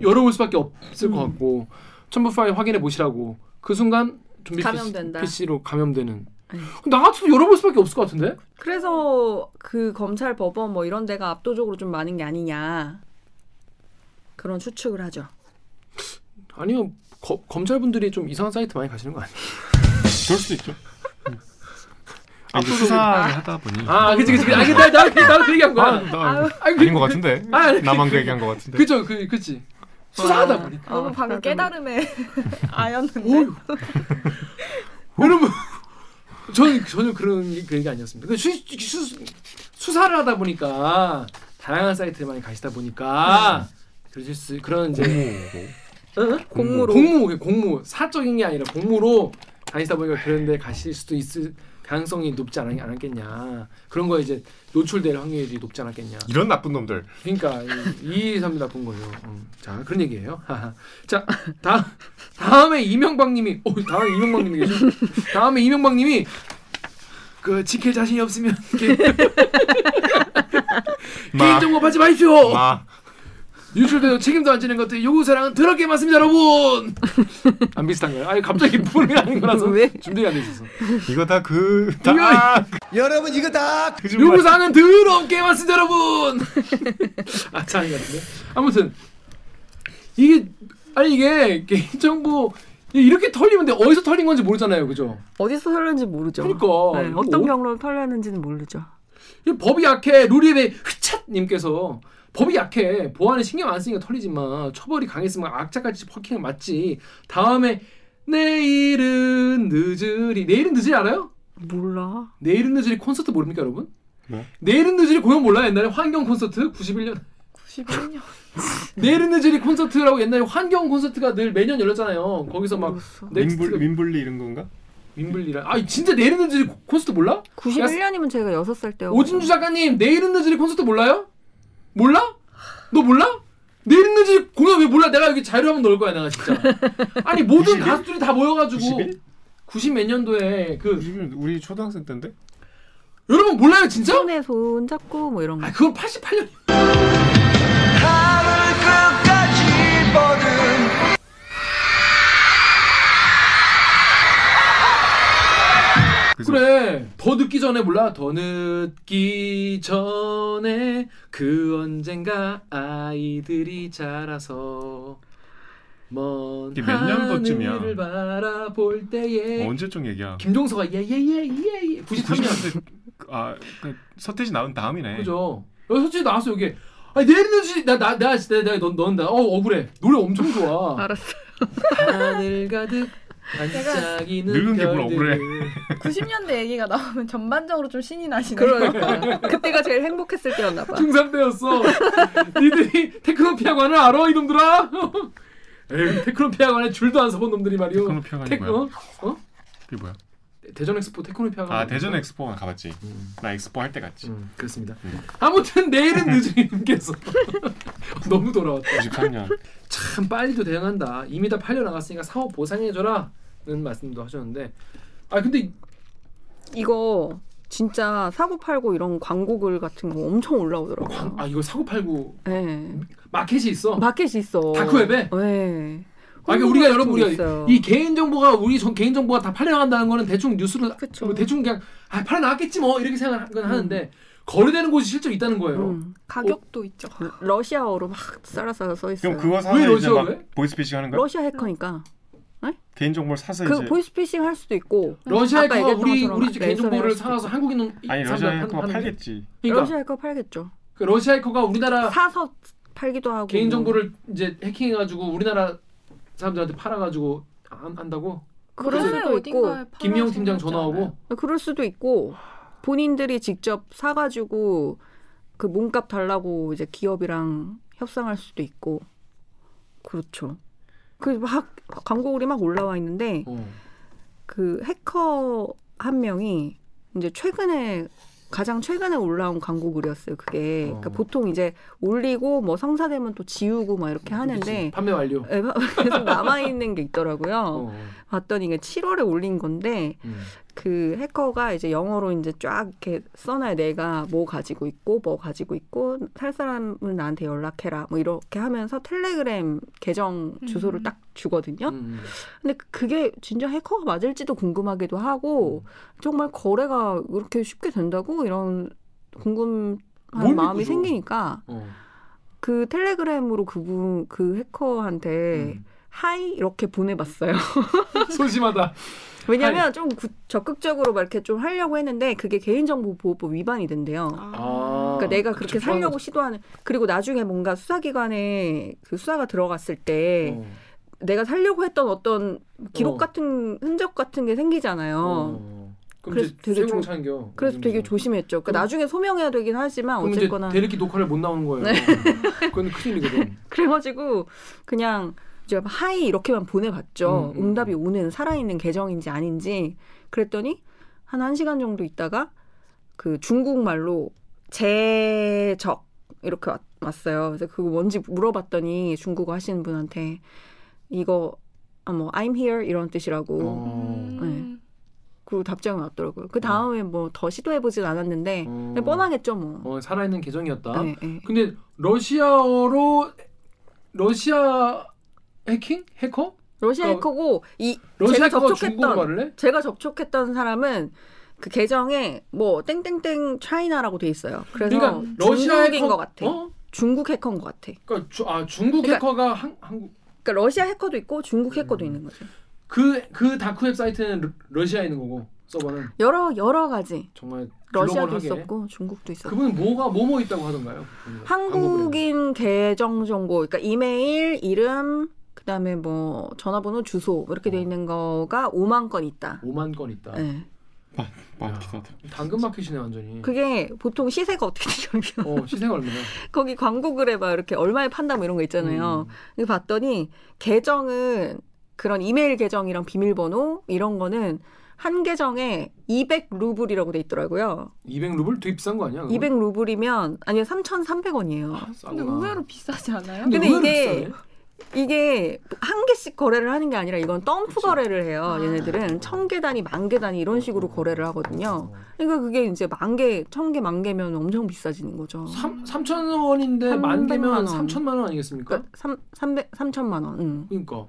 Speaker 1: 열어볼 수밖에 없을 것
Speaker 3: 음.
Speaker 1: 같고 첨부 파일 확인해 보시라고 그 순간 좀비
Speaker 3: 감염된다.
Speaker 1: PC로 감염되는
Speaker 3: 네.
Speaker 1: 나 같아도 열어볼 수밖에 없을 것 같은데
Speaker 3: 그래서 그 검찰 법원 뭐 이런 데가 압도적으로 좀 많은 게 아니냐 그런 추측을 하죠.
Speaker 1: 아니요 거- 검찰분들이 좀 이상한 사이트 많이 가시는 거 아니에요?
Speaker 2: 그럴 수도 있죠. 아, 이제
Speaker 1: 앞서서-
Speaker 2: 수사를 하다 보니 아, 네.
Speaker 1: 아 그치 그치 아니 나, 나, 나, 그 얘기한 거야
Speaker 2: 나
Speaker 1: 아니, 그-
Speaker 2: 아닌 것 같은데.
Speaker 1: 아,
Speaker 3: 네.
Speaker 1: 그-
Speaker 2: 나만 그 얘기한 것 같은데.
Speaker 1: 그죠 그 그치 수사하다 보니까
Speaker 3: 아,
Speaker 5: 너무 방금 깨달음에 아였는데.
Speaker 1: 오유. 여러분, 저는 전혀 그런 얘기- 그 얘기 아니었습니다. 그 수, 수, 수사를 하다 보니까 다양한 사이트에 많이 가시다 보니까 그러실 수 그런 이제 어?
Speaker 3: 공무로.
Speaker 1: 공무 공무 사적인 게 아니라 공무로 다니다 보니까 그런 데 가실 수도 있을 가능성이 높지 않, 않았겠냐 그런 거에 이제 노출될 확률이 높지 않았겠냐
Speaker 2: 이런 나쁜 놈들.
Speaker 1: 그러니까 이, 이 사람이 나쁜 거예요. 음. 자 그런 얘기예요. 하하. 자 다음 다음에 이명박님이 오 다음에 이명박님이 계셔. 다음에 이명박님이 그 지킬 자신이 없으면 개-
Speaker 2: 마,
Speaker 1: 개인 정보 받지 마십시오.
Speaker 2: 마,
Speaker 1: 유출돼도 책임도 안 지는 것도 요구사랑은 더럽게 맞습니다 여러분 안 비슷한가요? 아니 갑자기 부르는 하는 거라서
Speaker 3: 왜?
Speaker 1: 준비가 안 돼 있어서
Speaker 2: 이거 다 그
Speaker 1: 이거-
Speaker 2: 다
Speaker 7: 여러분 이거 다
Speaker 2: 그짓말.
Speaker 1: 요구사는 더럽게 맞습니다 여러분 아 참이 같은데 아무튼 이게 아니 이게 개인정보 이렇게 털리면 데 어디서 털린 건지 모르잖아요 그죠?
Speaker 3: 어디서 털렸는지 모르죠.
Speaker 1: 그러니까.
Speaker 3: 네,
Speaker 1: 이거
Speaker 3: 어떤
Speaker 1: 어-
Speaker 3: 경로로 털렸는지는 모르죠.
Speaker 1: 이 법이 약해 루리베 휘찻님께서 법이 약해 보안에 신경 안 쓰니까 털리지만 처벌이 강했으면 악착같이 퍼킹을 맞지 다음에 내일은 늦으리 내일은 늦으리 알아요?
Speaker 3: 몰라.
Speaker 1: 내일은 늦으리 콘서트 모릅니까 여러분?
Speaker 2: 뭐?
Speaker 1: 내일은 늦으리 공연 몰라요 옛날에 환경 콘서트 91년
Speaker 5: 91년.
Speaker 1: 내일은 늦으리 콘서트라고 옛날에 환경 콘서트가 늘 매년 열렸잖아요 거기서 막
Speaker 3: 모르겠어.
Speaker 1: 넥스트
Speaker 2: 음. 민불 민불리 이런 건가?
Speaker 1: 민불리라 아 진짜 내일은 늦으리 코- 콘서트 몰라?
Speaker 3: 91년이면 제가 6살 때.
Speaker 1: 오진주 작가님 내일은 늦으리 콘서트 몰라요? 몰라? 너 몰라? 내일은 늦으리 공연 왜 몰라? 내가 여기 자료 한번 넣을 거야 내가 진짜 아니 모든
Speaker 2: 91?
Speaker 1: 가수들이 다 모여가지고
Speaker 2: 91?
Speaker 1: 90 몇 년도에 그
Speaker 2: 요즘 우리 초등학생 때인데?
Speaker 1: 여러분 몰라요 진짜?
Speaker 3: 손에 손 잡고 뭐 이런 거.
Speaker 1: 아 그건 88년
Speaker 7: 하늘 끝까지 뻗은
Speaker 2: 그죠?
Speaker 1: 그래 더 늦기 전에 몰라 더 늦기 전에 그 언젠가 아이들이 자라서 먼
Speaker 2: 이게 몇 년도쯤이야?
Speaker 1: 하늘을 바라볼 때에
Speaker 2: 어, 언제쯤 얘기야?
Speaker 1: 김종서가 예, 예예예예예 93년
Speaker 2: 93년대 아 그, 서태지 나온 다음이네.
Speaker 1: 그죠 여기 솔직히 나왔어 여기 아니 내리는 지 나나나 내가 내가 넌 넣는다 어 억울해 노래 엄청 좋아
Speaker 3: 알았어.
Speaker 1: 하늘 가득 반짝이는
Speaker 2: 늙은 게 뭘
Speaker 1: 별들을.
Speaker 2: 억울해.
Speaker 5: 90년대 얘기가 나오면 전반적으로 좀 신이 나시네요.
Speaker 3: 그러니까 그때가 제일 행복했을 때였나 봐.
Speaker 1: 중3 때였어. 니들이 테크노 피아관을 알아, 이놈들아? 에이, 테크노 피아관에 줄도 안 서본 놈들이 말이오.
Speaker 2: 테크노 피아관이
Speaker 1: 테-
Speaker 2: 뭐야?
Speaker 1: 어? 어?
Speaker 2: 그게 뭐야?
Speaker 1: 대전 엑스포 테크노 피아관.
Speaker 2: 아 대전 엑스포 가봤지. 나 엑스포 할 때 갔지.
Speaker 1: 음, 그렇습니다. 아무튼 내일은 늦으님께서 너무 돌아왔다.
Speaker 2: 93년.
Speaker 1: 참 빨리도 대응한다. 이미 다 팔려 나갔으니까 사업 보상해줘라는 말씀도 하셨는데, 아 근데
Speaker 3: 이거 진짜 사고 팔고 이런 광고글 같은 거 엄청 올라오더라고요.
Speaker 1: 아 이거 사고 팔고
Speaker 3: 네.
Speaker 1: 마켓이 있어.
Speaker 3: 마켓이 있어.
Speaker 1: 다크웹에?
Speaker 3: 네.
Speaker 1: 아, 그러니까 우리가 여러분
Speaker 3: 홍보 같은
Speaker 1: 우리가
Speaker 3: 게 있어요.
Speaker 1: 이 개인 정보가 우리 전 개인 정보가 다 팔려 나간다는 거는 대충 뉴스로
Speaker 5: 그쵸.
Speaker 1: 뭐 대충 그냥 아 팔려 나갔겠지 뭐 이렇게 생각은 하는데 거래되는 곳이 실제로 있다는 거예요.
Speaker 3: 음.
Speaker 5: 가격도 있죠.
Speaker 1: 그,
Speaker 3: 러시아어로 막 쌀아쌀아 써 있어요.
Speaker 2: 그럼 그거
Speaker 1: 왜
Speaker 2: 사서 이제
Speaker 1: 러시아
Speaker 2: 막
Speaker 1: 왜?
Speaker 2: 보이스피싱 하는 거야?
Speaker 3: 러시아 해커니까.
Speaker 2: 개인 정보를 사서
Speaker 3: 그
Speaker 2: 이제
Speaker 3: 보이스피싱 할 수도
Speaker 1: 네,
Speaker 3: 있고.
Speaker 1: 러시아
Speaker 3: 아까
Speaker 1: 해커가
Speaker 3: 얘기했던
Speaker 1: 우리
Speaker 3: 것처럼
Speaker 1: 우리 개인 정보를
Speaker 3: 랜섬웨어
Speaker 1: 사가서 한국인 놈
Speaker 2: 아니 러시아
Speaker 1: 사람들
Speaker 2: 해커가
Speaker 1: 하는- 하는-
Speaker 2: 팔겠지.
Speaker 1: 그러니까
Speaker 3: 러시아 해커 팔겠죠.
Speaker 1: 그 러시아 해커가 우리나라
Speaker 3: 사서 팔기도 하고.
Speaker 1: 개인
Speaker 3: 뭐.
Speaker 1: 정보를 이제 해킹해가지고 우리나라 사람들한테 팔아가지고 안 한다고
Speaker 3: 그럴 수도 있고.
Speaker 1: 김영 팀장 전화 오고
Speaker 3: 그럴 수도 있고 본인들이 직접 사가지고 그 몸값 달라고 이제 기업이랑 협상할 수도 있고 그렇죠. 그 막 광고글이 막 올라와 있는데
Speaker 1: 어.
Speaker 3: 그 해커 한 명이 이제 최근에 가장 최근에 올라온 광고글이었어요. 그게
Speaker 1: 어.
Speaker 3: 그러니까 보통 이제 올리고 뭐 성사되면 또 지우고 막
Speaker 1: 음,
Speaker 3: 이렇게 하는데
Speaker 1: 판매 완료.
Speaker 3: 에, 계속 남아 있는 게 있더라고요.
Speaker 1: 어.
Speaker 3: 봤더니 이게 7월에 올린 건데
Speaker 1: 음.
Speaker 3: 그 해커가 이제 영어로 이제 쫙 이렇게 써놔요. 내가 뭐 가지고 있고, 뭐 가지고 있고, 살 사람은 나한테 연락해라. 뭐 이렇게 하면서 텔레그램 계정 주소를
Speaker 5: 음.
Speaker 3: 딱 주거든요.
Speaker 1: 음.
Speaker 3: 근데 그게 진짜 해커가 맞을지도 궁금하기도 하고,
Speaker 1: 음.
Speaker 3: 정말 거래가 이렇게 쉽게 된다고 이런 궁금한
Speaker 1: 뭘 믿고
Speaker 3: 마음이
Speaker 1: 줘?
Speaker 3: 생기니까
Speaker 1: 어.
Speaker 3: 그 텔레그램으로 그분, 그 해커한테
Speaker 1: 음.
Speaker 3: 하이 이렇게 보내봤어요.
Speaker 1: 소심하다.
Speaker 3: 왜냐면 좀 구- 적극적으로 막 이렇게 좀 하려고 했는데 그게 개인정보보호법 위반이 된대요.
Speaker 1: 아.
Speaker 3: 그러니까 내가 그렇게
Speaker 1: 그쵸, 그런
Speaker 3: 살려고 시도하는 그리고 나중에 뭔가 수사기관에 그 수사가 들어갔을 때
Speaker 1: 거죠. 어.
Speaker 3: 내가 살려고 했던 어떤 기록
Speaker 1: 어.
Speaker 3: 같은 흔적 같은 게 생기잖아요.
Speaker 1: 어. 그럼
Speaker 3: 그래서
Speaker 1: 이제
Speaker 3: 되게
Speaker 1: 생으로
Speaker 3: 좀-
Speaker 1: 찬겨.
Speaker 3: 그래서 되게 조심했죠. 그러니까
Speaker 1: 그럼-
Speaker 3: 나중에 소명해야 되긴 하지만
Speaker 1: 그럼 이제
Speaker 3: 어쨌거나 네.
Speaker 1: 대리기 녹화를 못 나오는 거예요. 그건 큰일이거든.
Speaker 3: 그래가지고 그냥 제가 막 하이 이렇게만 보내봤죠.
Speaker 1: 음, 음.
Speaker 3: 음, 답이 오는 살아있는 계정인지 아닌지 그랬더니 한 1시간 정도 있다가 그 중국말로 제적 이렇게 왔, 왔어요. 그래서 그거 뭔지 물어봤더니 중국어 하시는 분한테 이거 아, 뭐 I'm here 이런 뜻이라고
Speaker 1: 어.
Speaker 5: 음.
Speaker 3: 그리고 답장이 왔더라고요. 그 다음에 뭐 더 시도해보진 않았는데
Speaker 1: 어.
Speaker 3: 그냥 뻔하겠죠 뭐. 예.
Speaker 1: 어, 살아있는 계정이었다.
Speaker 3: 네, 네.
Speaker 1: 근데 러시아어로 러시아 해킹? 해커?
Speaker 3: 러시아
Speaker 1: 어.
Speaker 3: 해커고 이
Speaker 1: 러시아
Speaker 3: 제가
Speaker 1: 해커가
Speaker 3: 접촉했던
Speaker 1: 중국어 말을 해?
Speaker 3: 제가 접촉했던 사람은 그 계정에 뭐 땡땡땡 차이나라고 돼 있어요. 그래서
Speaker 1: 그러니까 러시아
Speaker 3: 중국인
Speaker 1: 해커
Speaker 3: 것 같아.
Speaker 1: 어?
Speaker 3: 중국 해커인 것 같아.
Speaker 1: 그러니까 주, 아 중국
Speaker 3: 그러니까-
Speaker 1: 해커가 한, 한국
Speaker 3: 그러니까 러시아 해커도 있고 중국
Speaker 1: 음.
Speaker 3: 해커도 있는 거죠.
Speaker 1: 그, 그 다크 웹사이트는 러, 러시아에 있는 거고 서버는
Speaker 3: 여러 여러 가지
Speaker 1: 정말
Speaker 3: 러시아도
Speaker 1: 글로벌하게.
Speaker 3: 있었고 중국도 있었고
Speaker 1: 그분은 뭐가 뭐뭐 있다고 하던가요? 그분은? 한국은요?
Speaker 3: 한국인 계정 정보, 그러니까 이메일 이름 그다음에 뭐 전화번호 주소 이렇게
Speaker 1: 어.
Speaker 3: 돼 있는 거가 5만 건 있다.
Speaker 1: 5만 건 있다.
Speaker 3: 네.
Speaker 2: 막 기사들.
Speaker 1: 당근마켓이네 완전히.
Speaker 3: 그게 보통 시세가 어떻게 되냐면
Speaker 1: 어 시세가 얼마야?
Speaker 3: 거기 광고 글에 막 이렇게 얼마에 판다 뭐 이런 거
Speaker 1: 음.
Speaker 3: 있잖아요. 근데 봤더니 계정은 그런 이메일 계정이랑 비밀번호 이런 거는 한 계정에 200 루블이라고 돼 있더라고요.
Speaker 1: 200루블 되게 비싼 거 아니야? 그거?
Speaker 3: 200 루블이면 아니요 3,300원이에요.
Speaker 1: 아,
Speaker 5: 근데
Speaker 1: 싸구나.
Speaker 5: 의외로 비싸지 않아요?
Speaker 1: 근데,
Speaker 3: 근데
Speaker 1: 의외로
Speaker 3: 이게-
Speaker 1: 비싸네.
Speaker 3: 이게 한 개씩 거래를 하는 게 아니라 이건 덤프 거래를 해요.
Speaker 5: 아.
Speaker 3: 얘네들은 천 개 단위, 만 개 단위 이런
Speaker 1: 음.
Speaker 3: 식으로 거래를
Speaker 1: 어.
Speaker 3: 하거든요. 그러니까 그게 이제 만 개, 천 개, 만 개면 엄청 비싸지는 거죠.
Speaker 1: 3 3천 원인데 만 개면
Speaker 3: 300만 원.
Speaker 1: 3천만 원 아니겠습니까?
Speaker 3: 그러니까 삼 삼백 삼천만 원. 음.
Speaker 1: 그러니까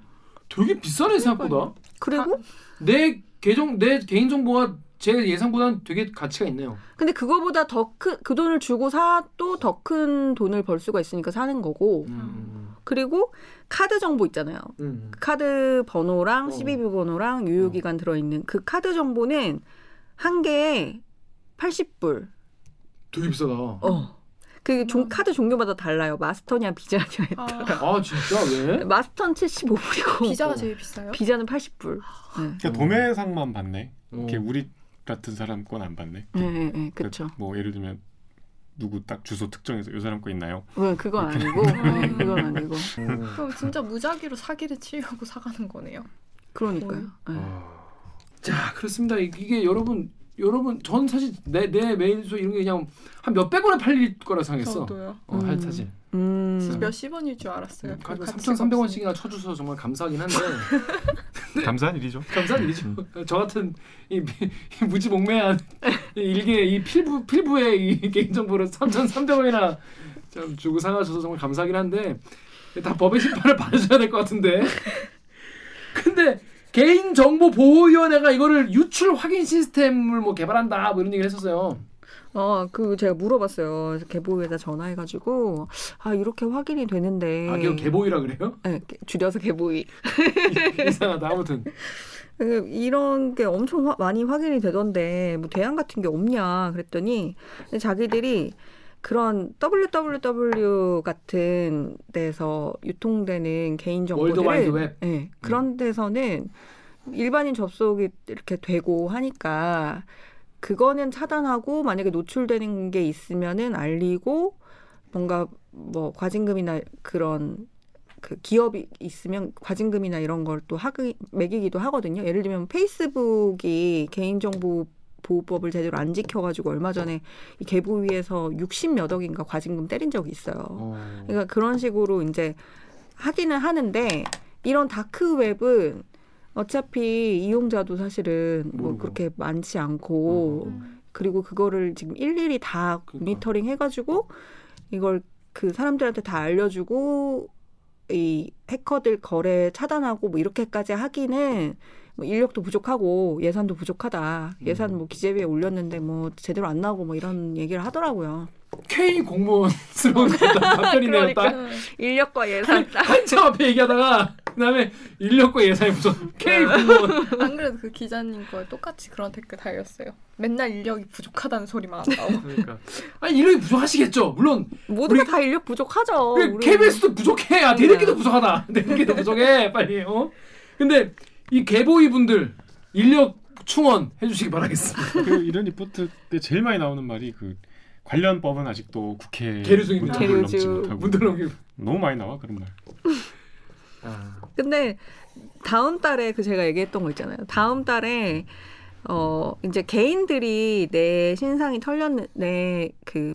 Speaker 1: 되게 비싸네 생각보다.
Speaker 3: 그리고
Speaker 1: 내 계정 내 개인 정보가 제 예상보다는 되게 가치가 있네요.
Speaker 3: 근데 그거보다 더 큰 그 돈을 주고 사도 더 큰 돈을 벌 수가 있으니까 사는 거고.
Speaker 1: 음,
Speaker 3: 그리고 카드 정보 있잖아요. 그
Speaker 1: 음, 음.
Speaker 3: 카드
Speaker 1: 어.
Speaker 3: 번호랑 12비 번호랑 유효 기간 들어 있는 그 카드 정보는 한 개에 80불.
Speaker 1: 되게 비싸다. 아
Speaker 3: 어. 그 종, 카드 종류마다 달라요. 마스터냐 비자냐.
Speaker 5: 음. 아,
Speaker 1: 진짜 왜?
Speaker 3: 마스터는 75불이고
Speaker 1: 어.
Speaker 5: 비자가 제일 비싸요?
Speaker 3: 비자는 80불. 네.
Speaker 2: 그러니까 도매상만 받네.
Speaker 1: 어.
Speaker 2: 이렇게 우리 같은 사람 건 안 받네.
Speaker 5: 아.
Speaker 3: 네, 네, 네, 그쵸.
Speaker 2: 뭐 예를 들면 누구 딱 주소 특정해서 요 사람 거 있나요?
Speaker 3: 네, 그건 아니고, 네, 그건 아니고.
Speaker 1: 음.
Speaker 5: 그럼 진짜 무작위로 사기를 치려고 사가는 거네요.
Speaker 3: 그러니까요.
Speaker 5: 어.
Speaker 3: 네.
Speaker 2: 아.
Speaker 1: 자 그렇습니다. 이- 이게 여러분 여러분 전 사실 내 내 메일 주소 이런 게 그냥 한 몇백 원에 팔릴 거라 생각했어.
Speaker 5: 저도요. 음.
Speaker 1: 어, 할 사실.
Speaker 3: 음,
Speaker 5: 몇십 원일 줄 알았어요. 그
Speaker 1: 음,
Speaker 5: 별 가치가
Speaker 1: 3,300원씩이나 쳐주셔서 정말 감사하긴 한데 네.
Speaker 2: 감사한 일이죠.
Speaker 1: 감사한 일이죠. 어, 저 같은 이, 이 무지몽매한 이 일개 이 필부 필부의 이 개인정보를 3,300원이나 참 주고 사가셔서 정말 감사하긴 한데 다 법의 심판을 받으셔야 될 것 같은데. 근데 개인정보보호위원회가 이거를 유출 확인 시스템을 뭐 개발한다 뭐 이런 얘기를 했었어요.
Speaker 3: 어, 그 제가 물어봤어요. 개보에다 전화해가지고 아 이렇게 확인이 되는데.
Speaker 1: 아, 이거 개보이라 그래요?
Speaker 3: 네, 개- 줄여서 개보이.
Speaker 1: 이상하다. 아무튼
Speaker 3: 그 이런 게 엄청 화- 많이 확인이 되던데 뭐 대안 같은 게 없냐 그랬더니 자기들이 그런 www 같은 데서 유통되는 개인
Speaker 1: 월드 와이드
Speaker 3: 정보들은
Speaker 1: 웹. 음.
Speaker 3: 예, 그런 데서는 일반인 접속이 이렇게 되고 하니까 그거는 차단하고 만약에 노출되는 게 있으면은 알리고 뭔가 뭐 과징금이나 그런 그 기업이 있으면 과징금이나 이런 걸 또 하기 매기기도 하거든요. 예를 들면 페이스북이 개인정보 보호법을 제대로 안 지켜가지고 얼마 전에 이 개부위에서 60몇 억인가 과징금 때린 적이 있어요.
Speaker 1: 어.
Speaker 3: 그러니까 그런 식으로 이제 하기는 하는데 이런 다크 웹은 어차피 이용자도 사실은 뭐
Speaker 1: 모르고. 어,
Speaker 3: 그렇게 많지 않고
Speaker 5: 음.
Speaker 3: 그리고 그거를 지금 일일이 다
Speaker 1: 그러니까.
Speaker 3: 모니터링 해가지고 이걸 그 사람들한테 다 알려주고 이 해커들 거래 차단하고 뭐 이렇게까지 하기는 뭐 인력도 부족하고 예산도 부족하다
Speaker 1: 음.
Speaker 3: 예산 뭐 기재비에 올렸는데 뭐 제대로 안 나오고 뭐 이런 얘기를 하더라고요
Speaker 1: K 공무원스러운 답변이네요. 딱.
Speaker 5: 비싸요.
Speaker 3: 인력과 예산
Speaker 1: 한참 앞에 얘기하다가 그다음에 인력과 예산이 부족. K 공무원.
Speaker 5: 안 그래도 그 기자님 거 똑같이 그런 댓글 달렸어요. 맨날 인력이 부족하다는 소리만 나오고.
Speaker 1: 그러니까 아니 인력이 부족하시겠죠. 물론
Speaker 3: 모두가
Speaker 1: 우리-
Speaker 3: 다 인력
Speaker 8: 어,
Speaker 3: 부족하죠
Speaker 1: 그
Speaker 3: 우리는.
Speaker 1: KBS도 부족해. 아 대륙기도 부족하다. 대륙기도 부족해. 빨리. 어? 근데 이 개보이 분들 인력 충원 해주시기 바라겠습니다.
Speaker 2: 그 이런 리포트 때 제일 많이 나오는 말이 그 관련 법은 아직도 국회
Speaker 1: 계류중입니다.
Speaker 2: 문턱을 넘지
Speaker 3: 계류중.
Speaker 2: 못하고
Speaker 1: 문들 넘기.
Speaker 2: 너무 많이 나와 그런 말.
Speaker 3: 근데 다음 달에 그 제가 얘기했던 거 있잖아요. 다음 달에 어 이제 개인들이 내 신상이 털렸는 내그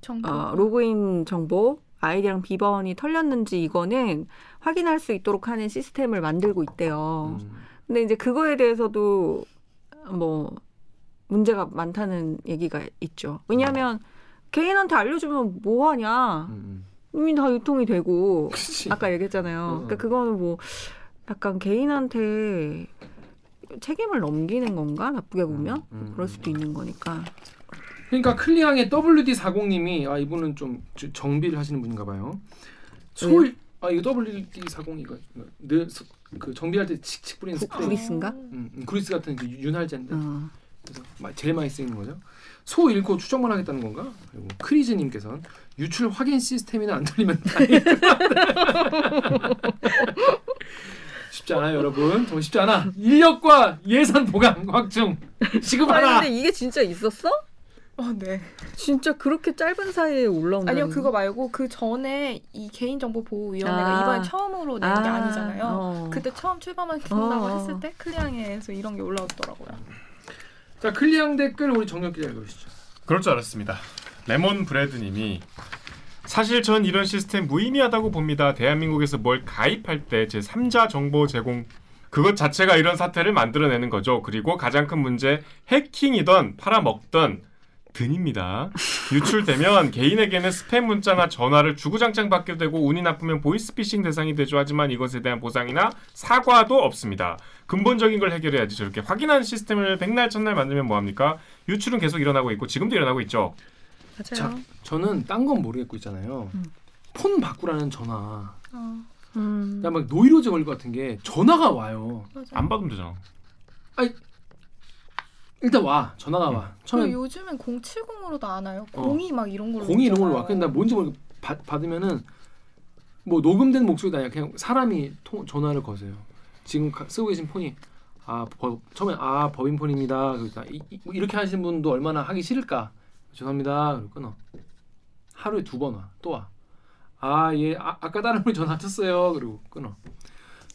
Speaker 5: 정보.
Speaker 3: 어, 로그인 정보 아이디랑 비번이 털렸는지 이거는 확인할 수 있도록 하는 시스템을 만들고
Speaker 1: 어.
Speaker 3: 있대요.
Speaker 2: 음.
Speaker 1: 음.
Speaker 3: 근데 이제 그거에 대해서도 뭐 문제가
Speaker 1: 음.
Speaker 3: 많다는 얘기가 있죠. 왜냐하면 개인한테 알려주면 뭐 하냐?
Speaker 8: 이미 다 유통이 되고
Speaker 1: 그치.
Speaker 8: 아까 얘기했잖아요.
Speaker 1: 음.
Speaker 8: 그러니까 그거는 뭐 약간 개인한테 책임을 넘기는 건가 나쁘게 보면
Speaker 1: 음.
Speaker 8: 그럴 수도 있는 거니까.
Speaker 1: 그러니까 클리앙의 WD40님이 아 이분은 좀 저- 정비를 하시는 분인가 봐요.
Speaker 8: 네.
Speaker 1: 소일 아 이거 WD40 이거 늘 그 정비할 때 칙칙 뿌리는
Speaker 8: 구-
Speaker 5: 어.
Speaker 1: 스프레이.
Speaker 8: 구리스인가?
Speaker 1: 음, 음, 그리스 같은 그 윤활제인데
Speaker 8: 어.
Speaker 1: 그래서 마- 제일 많이 쓰이는 거죠. 소 잃고 추정만 하겠다는 건가? 그리고 크리즈님께서는 유출 확인 시스템이나 안 돌리면 다행이다. 쉽지 않아요, 여러분. 정말 쉽지 않아. 인력과 예산 보강 확충
Speaker 3: 아니
Speaker 1: 시급하다.
Speaker 3: 근데 이게 진짜 있었어?
Speaker 5: 아, 네.
Speaker 3: 진짜 그렇게 짧은 사이에
Speaker 8: 음.
Speaker 3: 올라온다.
Speaker 5: 아니요, 그거 말고 그 전에 이 개인정보보호위원회가
Speaker 8: 아.
Speaker 5: 이번에 처음으로 낸 게 아. 니잖아요
Speaker 8: 어.
Speaker 5: 그때 처음 출범한다고
Speaker 8: 어.
Speaker 5: 했을 때 클리앙에서 이런 게 올라왔더라고요.
Speaker 1: 자, 클리앙 댓글 우리 정력 기자 읽어주시죠.
Speaker 2: 그럴 줄 알았습니다. 레몬 브레드님이 사실 전 이런 시스템 무의미하다고 봅니다. 대한민국에서 뭘 가입할 때 제 3자 정보 제공 그것 자체가 이런 사태를 만들어내는 거죠. 그리고 가장 큰 문제 해킹이던 팔아먹던 등입니다. 유출되면 개인에게는 스팸 문자나 전화를 주구장창 받게 되고 운이 나쁘면 보이스피싱 대상이 되죠. 하지만 이것에 대한 보상이나 사과도 없습니다. 근본적인 걸 해결해야지 저렇게 확인하는 시스템을 백날 첫날 만들면 뭐합니까? 유출은 계속 일어나고 있고 지금도 일어나고 있죠.
Speaker 3: 음.
Speaker 1: 자, 저는 딴 건 모르겠고 있잖아요. 폰 바꾸라는 전화.
Speaker 5: 아,
Speaker 8: 음.
Speaker 1: 나 막 노이로제 걸릴 것 같은 게 전화가 와요.
Speaker 5: 맞아.
Speaker 2: 안 받으면 되잖아.
Speaker 1: 일단 와. 전화가 와.
Speaker 5: 그리고
Speaker 1: 처음에
Speaker 5: 요즘엔 070으로도 안 와요.
Speaker 1: 어.
Speaker 5: 공이 막 이런 걸로
Speaker 1: 공이 이런 걸로
Speaker 5: 오잖아요.
Speaker 1: 와. 근데 나 뭔지 모르고 받, 받으면은 뭐 녹음된 목소리도 아니야. 그냥 사람이 통, 전화를 거세요. 지금 가- 쓰고 계신 폰이 아 버, 처음에 아 법인 폰입니다. 그러니까 이, 이, 뭐 이렇게 하시는 분도 얼마나 하기 싫을까. 죄송합니다. 그리고 끊어. 하루에 두 번 와. 또 와. 아 예. 아, 아까 다른 분이 전화 왔었어요. 그리고 끊어.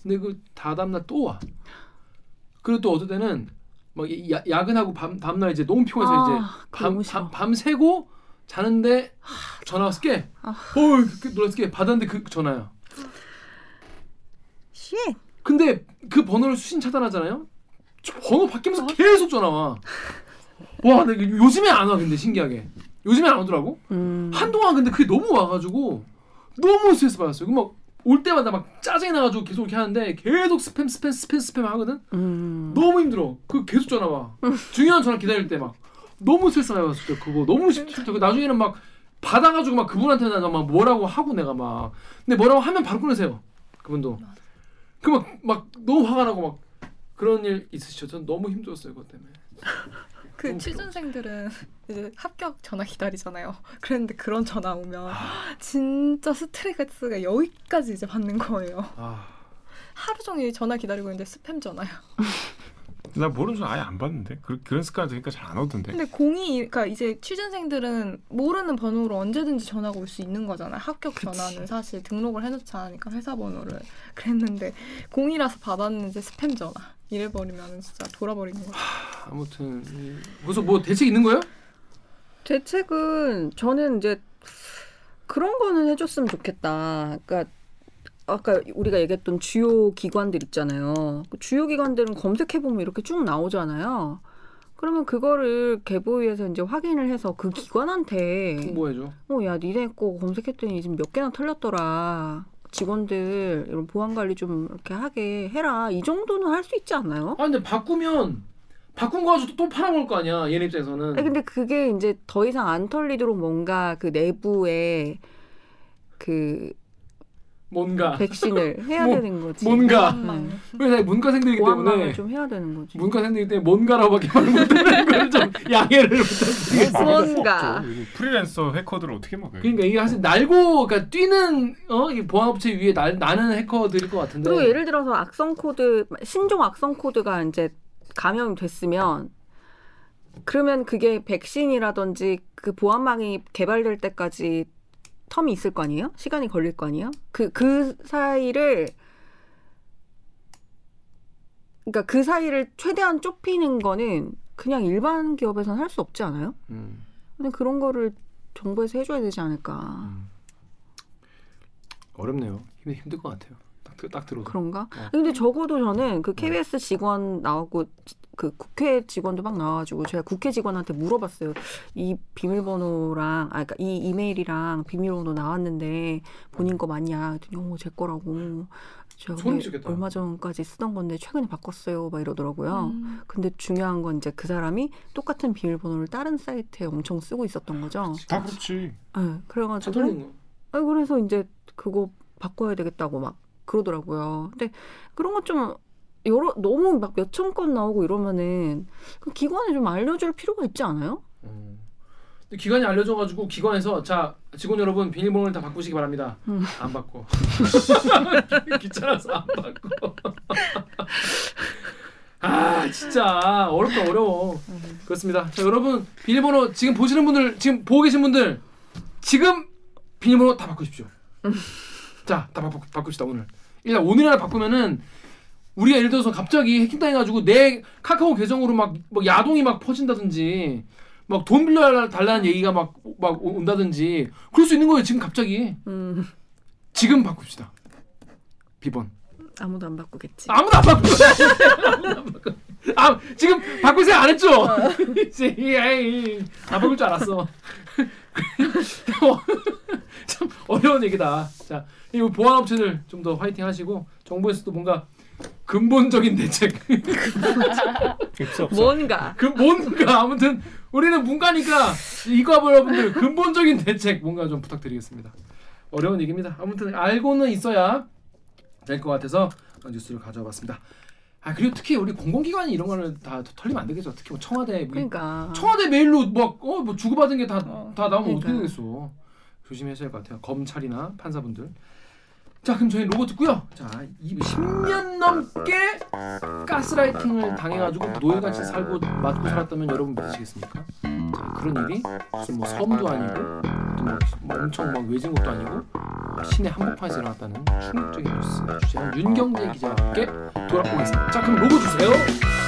Speaker 1: 근데 그 다다음날 또 와. 그리고 또 어떨 때는 막 이- 야, 야근하고 밤 다음날 이제 너무 피곤해서 이제
Speaker 8: 아, 그거
Speaker 1: 밤,
Speaker 8: 너무 싫어.
Speaker 1: 밤, 밤새고 자는데 전화 왔을 게
Speaker 8: 아.
Speaker 1: 어이 그- 놀랐을 게 받았는데 그 전화야
Speaker 3: 씨.
Speaker 1: 근데 그 번호를 수신 차단하잖아요 저 번호
Speaker 8: 어?
Speaker 1: 바뀌면서 계속 전화 와와 근데 요즘에 안 와 근데 신기하게 요즘에 안 오더라고
Speaker 8: 음.
Speaker 1: 한동안 근데 그게 너무 와가지고 너무 스트레스 받았어요 그 막 올 때마다 막 짜증이 나가지고 계속 이렇게 하는데 계속 스팸 스팸 스팸 스팸 하거든
Speaker 8: 음.
Speaker 1: 너무 힘들어 그 계속 전화 와 중요한 전화 기다릴 때 막 너무 스트레스 받았을 때 그거 너무 싫다 나중에는 막 받아가지고 막 그분한테 내가 막 뭐라고 하고 내가 막 근데 뭐라고 하면 바로 끊으세요 그분도 그막막 너무 화가 나고 막 그런 일 있으시죠 전 너무 힘들었어요 그것 때문에 어,
Speaker 5: 그 취준생들은 이제 합격 전화 기다리잖아요. 그런데 그런 전화 오면
Speaker 1: 아.
Speaker 5: 진짜 스트레스가 여기까지 이제 받는 거예요.
Speaker 1: 아
Speaker 5: 하루 종일 전화 기다리고 있는데 스팸 전화요.
Speaker 2: 나 모르는 줄 아예 안 받는데 그, 그런 습관이 되니까 잘 안
Speaker 3: 음,
Speaker 2: 오던데.
Speaker 5: 근데 공이 그러니까 이제 취준생들은 모르는 번호로 언제든지 전화가 올 수 있는 거잖아요. 합격 전화는 사실 등록을 해놓지 않으니까 회사 번호를 그랬는데 공이라서 받았는데 스팸 전화 이래버리면 진짜 돌아버리는 거예요.
Speaker 1: 아무튼 이- 그래서 뭐 대책 있는 거예요?
Speaker 3: 대책은 저는 이제 그런 거는 해줬으면 좋겠다. 그러니까 아까 우리가 얘기했던 주요 기관들 있잖아요. 그 주요 기관들은 검색해 보면 이렇게 쭉 나오잖아요. 그러면 그거를 개보위에서 이제 확인을 해서 그 기관한테
Speaker 1: 홍보해줘
Speaker 3: 어, 야, 니네 거 검색했더니 지금 몇 개나 털렸더라. 직원들 이런 보안 관리 좀 이렇게 하게 해라. 이 정도는 할 수 있지 않나요?
Speaker 1: 아 근데 바꾸면 바꾼 거 가지고 또 팔아먹을 거 아니야 얘네 입장에서는
Speaker 3: 아니, 근데 그게 이제 더 이상 안 털리도록 뭔가 그 내부에 그
Speaker 1: 뭔가
Speaker 3: 백신을 해야
Speaker 1: 아. 뭐,
Speaker 3: 되는 거지.
Speaker 1: 뭔가
Speaker 5: 음.
Speaker 1: 왜냐 문과생들이기 때문에
Speaker 3: 보안망을 좀 해야 되는 거지.
Speaker 1: 문과생들이 때 뭔가라고밖에 말 못하는 걸좀 양해를 부탁드리겠습니다.
Speaker 3: 뭔가.
Speaker 2: 프리랜서 해커들을 어떻게 먹어요?
Speaker 1: 그러니까 이게 사실 날고 그러니까 뛰는 어? 이 보안업체 위에 날, 나는 해커들일 것 같은데
Speaker 3: 그리고 예를 들어서 악성 코드 신종 악성 코드가 이제 감염됐으면 그러면 그게 백신이라든지 그 보안망이 개발될 때까지 텀이 있을 거 아니에요? 시간이 걸릴 거 아니에요? 그 그 사이를 그러니까 그 사이를 최대한 좁히는 거는 그냥 일반 기업에서는 할 수 없지 않아요?
Speaker 1: 음.
Speaker 3: 근데 그런 거를
Speaker 1: 음.
Speaker 3: 정부에서 해줘야 되지 않을까?
Speaker 1: 어렵네요. 힘, 힘들 것 같아요. 딱 딱 들어서.
Speaker 3: 그런가?
Speaker 1: 어.
Speaker 3: 근데 적어도 저는 그 KBS 직원 나오고 그 국회 직원도 막 나와가지고 제가 국회 직원한테 물어봤어요. 이 비밀번호랑 아 그러니까 이 이메일이랑 비밀번호 나왔는데 본인 거 맞냐? 그랬더니 어제 거라고. 제가
Speaker 1: 소름
Speaker 3: 근데
Speaker 1: 끼치겠다.
Speaker 3: 얼마 전까지 쓰던 건데 최근에 바꿨어요. 막 이러더라고요.
Speaker 5: 음.
Speaker 3: 근데 중요한 건 이제 그 사람이 똑같은 비밀번호를 다른 사이트에 엄청 쓰고 있었던 거죠.
Speaker 2: 다 그렇지.
Speaker 3: 예,
Speaker 1: 자
Speaker 3: 그래가지고
Speaker 1: 털리는 거.
Speaker 3: 아 그래서 이제 그거 바꿔야 되겠다고 막 그러더라고요. 근데 그런 거 좀 여러 너무 막 몇천 건 나오고 이러면은 그 기관에 좀 알려줄 필요가 있지 않아요?
Speaker 1: 어. 근데 기관이 알려줘가지고 기관에서 자 직원 여러분 비밀번호를 다 바꾸시기 바랍니다.
Speaker 3: 음.
Speaker 1: 안 바꿔. 귀찮아서 안 바꿔. 아 진짜 어렵다 어려워. 그렇습니다. 자 여러분 비밀번호 지금 보시는 분들 지금 보고 계신 분들 지금 비밀번호 다 바꾸십시오. 자다 바꾸 바꿉시다 오늘. 일단 오늘이나 바꾸면은 우리가 예를 들어서 갑자기 해킹당해가지고 내 카카오 계정으로 막, 막 야동이 막 퍼진다든지 막 돈 빌려 달라는 얘기가 막 막 온다든지 그럴 수 있는 거예요 지금 갑자기
Speaker 3: 음
Speaker 1: 지금 바꿉시다 비번
Speaker 3: 아무도 안 바꾸겠지.
Speaker 1: 아무도 안 바꾸고 아 지금 바꿀 생각 안 했죠 이제 이 아이, 안 바꿀 줄 알았어 참 어려운 얘기다 자 이거 보안 업체들 좀 더 화이팅 하시고 정부에서도 뭔가 근본적인 대책
Speaker 2: 없어 없어.
Speaker 3: 뭔가
Speaker 1: 그 뭔가 아무튼 우리는 문과니까 이과 여러분들 근본적인 대책 뭔가 좀 부탁드리겠습니다. 어려운 얘기입니다. 아무튼 알고는 있어야 될 것 같아서 뉴스를 가져와봤습니다. 아 그리고 특히 우리 공공기관 이런 거를 다 털리면 안 되겠죠. 특히 뭐 청와대 뭐 이-
Speaker 3: 그러니까
Speaker 1: 청와대 메일로 막 어 뭐 주고받은 게 다 다
Speaker 5: 어,
Speaker 1: 나오면 어떻게
Speaker 3: 그러니까요.
Speaker 1: 되겠어. 조심하셔야 할 것 같아요. 검찰이나 판사분들. 자 그럼 저희 로고 듣고요. 자 10년 넘게 가스라이팅을 당해가지고 노예같이 살고 맞고 살았다면 여러분 믿으시겠습니까? 자 그런 일이 무슨 뭐 섬도 아니고 또 뭐, 뭐 엄청 막 외진 것도 아니고 시내 한복판에서 일어났다는 충격적인 뉴스 주제는 윤경재 기자와 함께 돌아오겠습니다. 자 그럼 로고 주세요.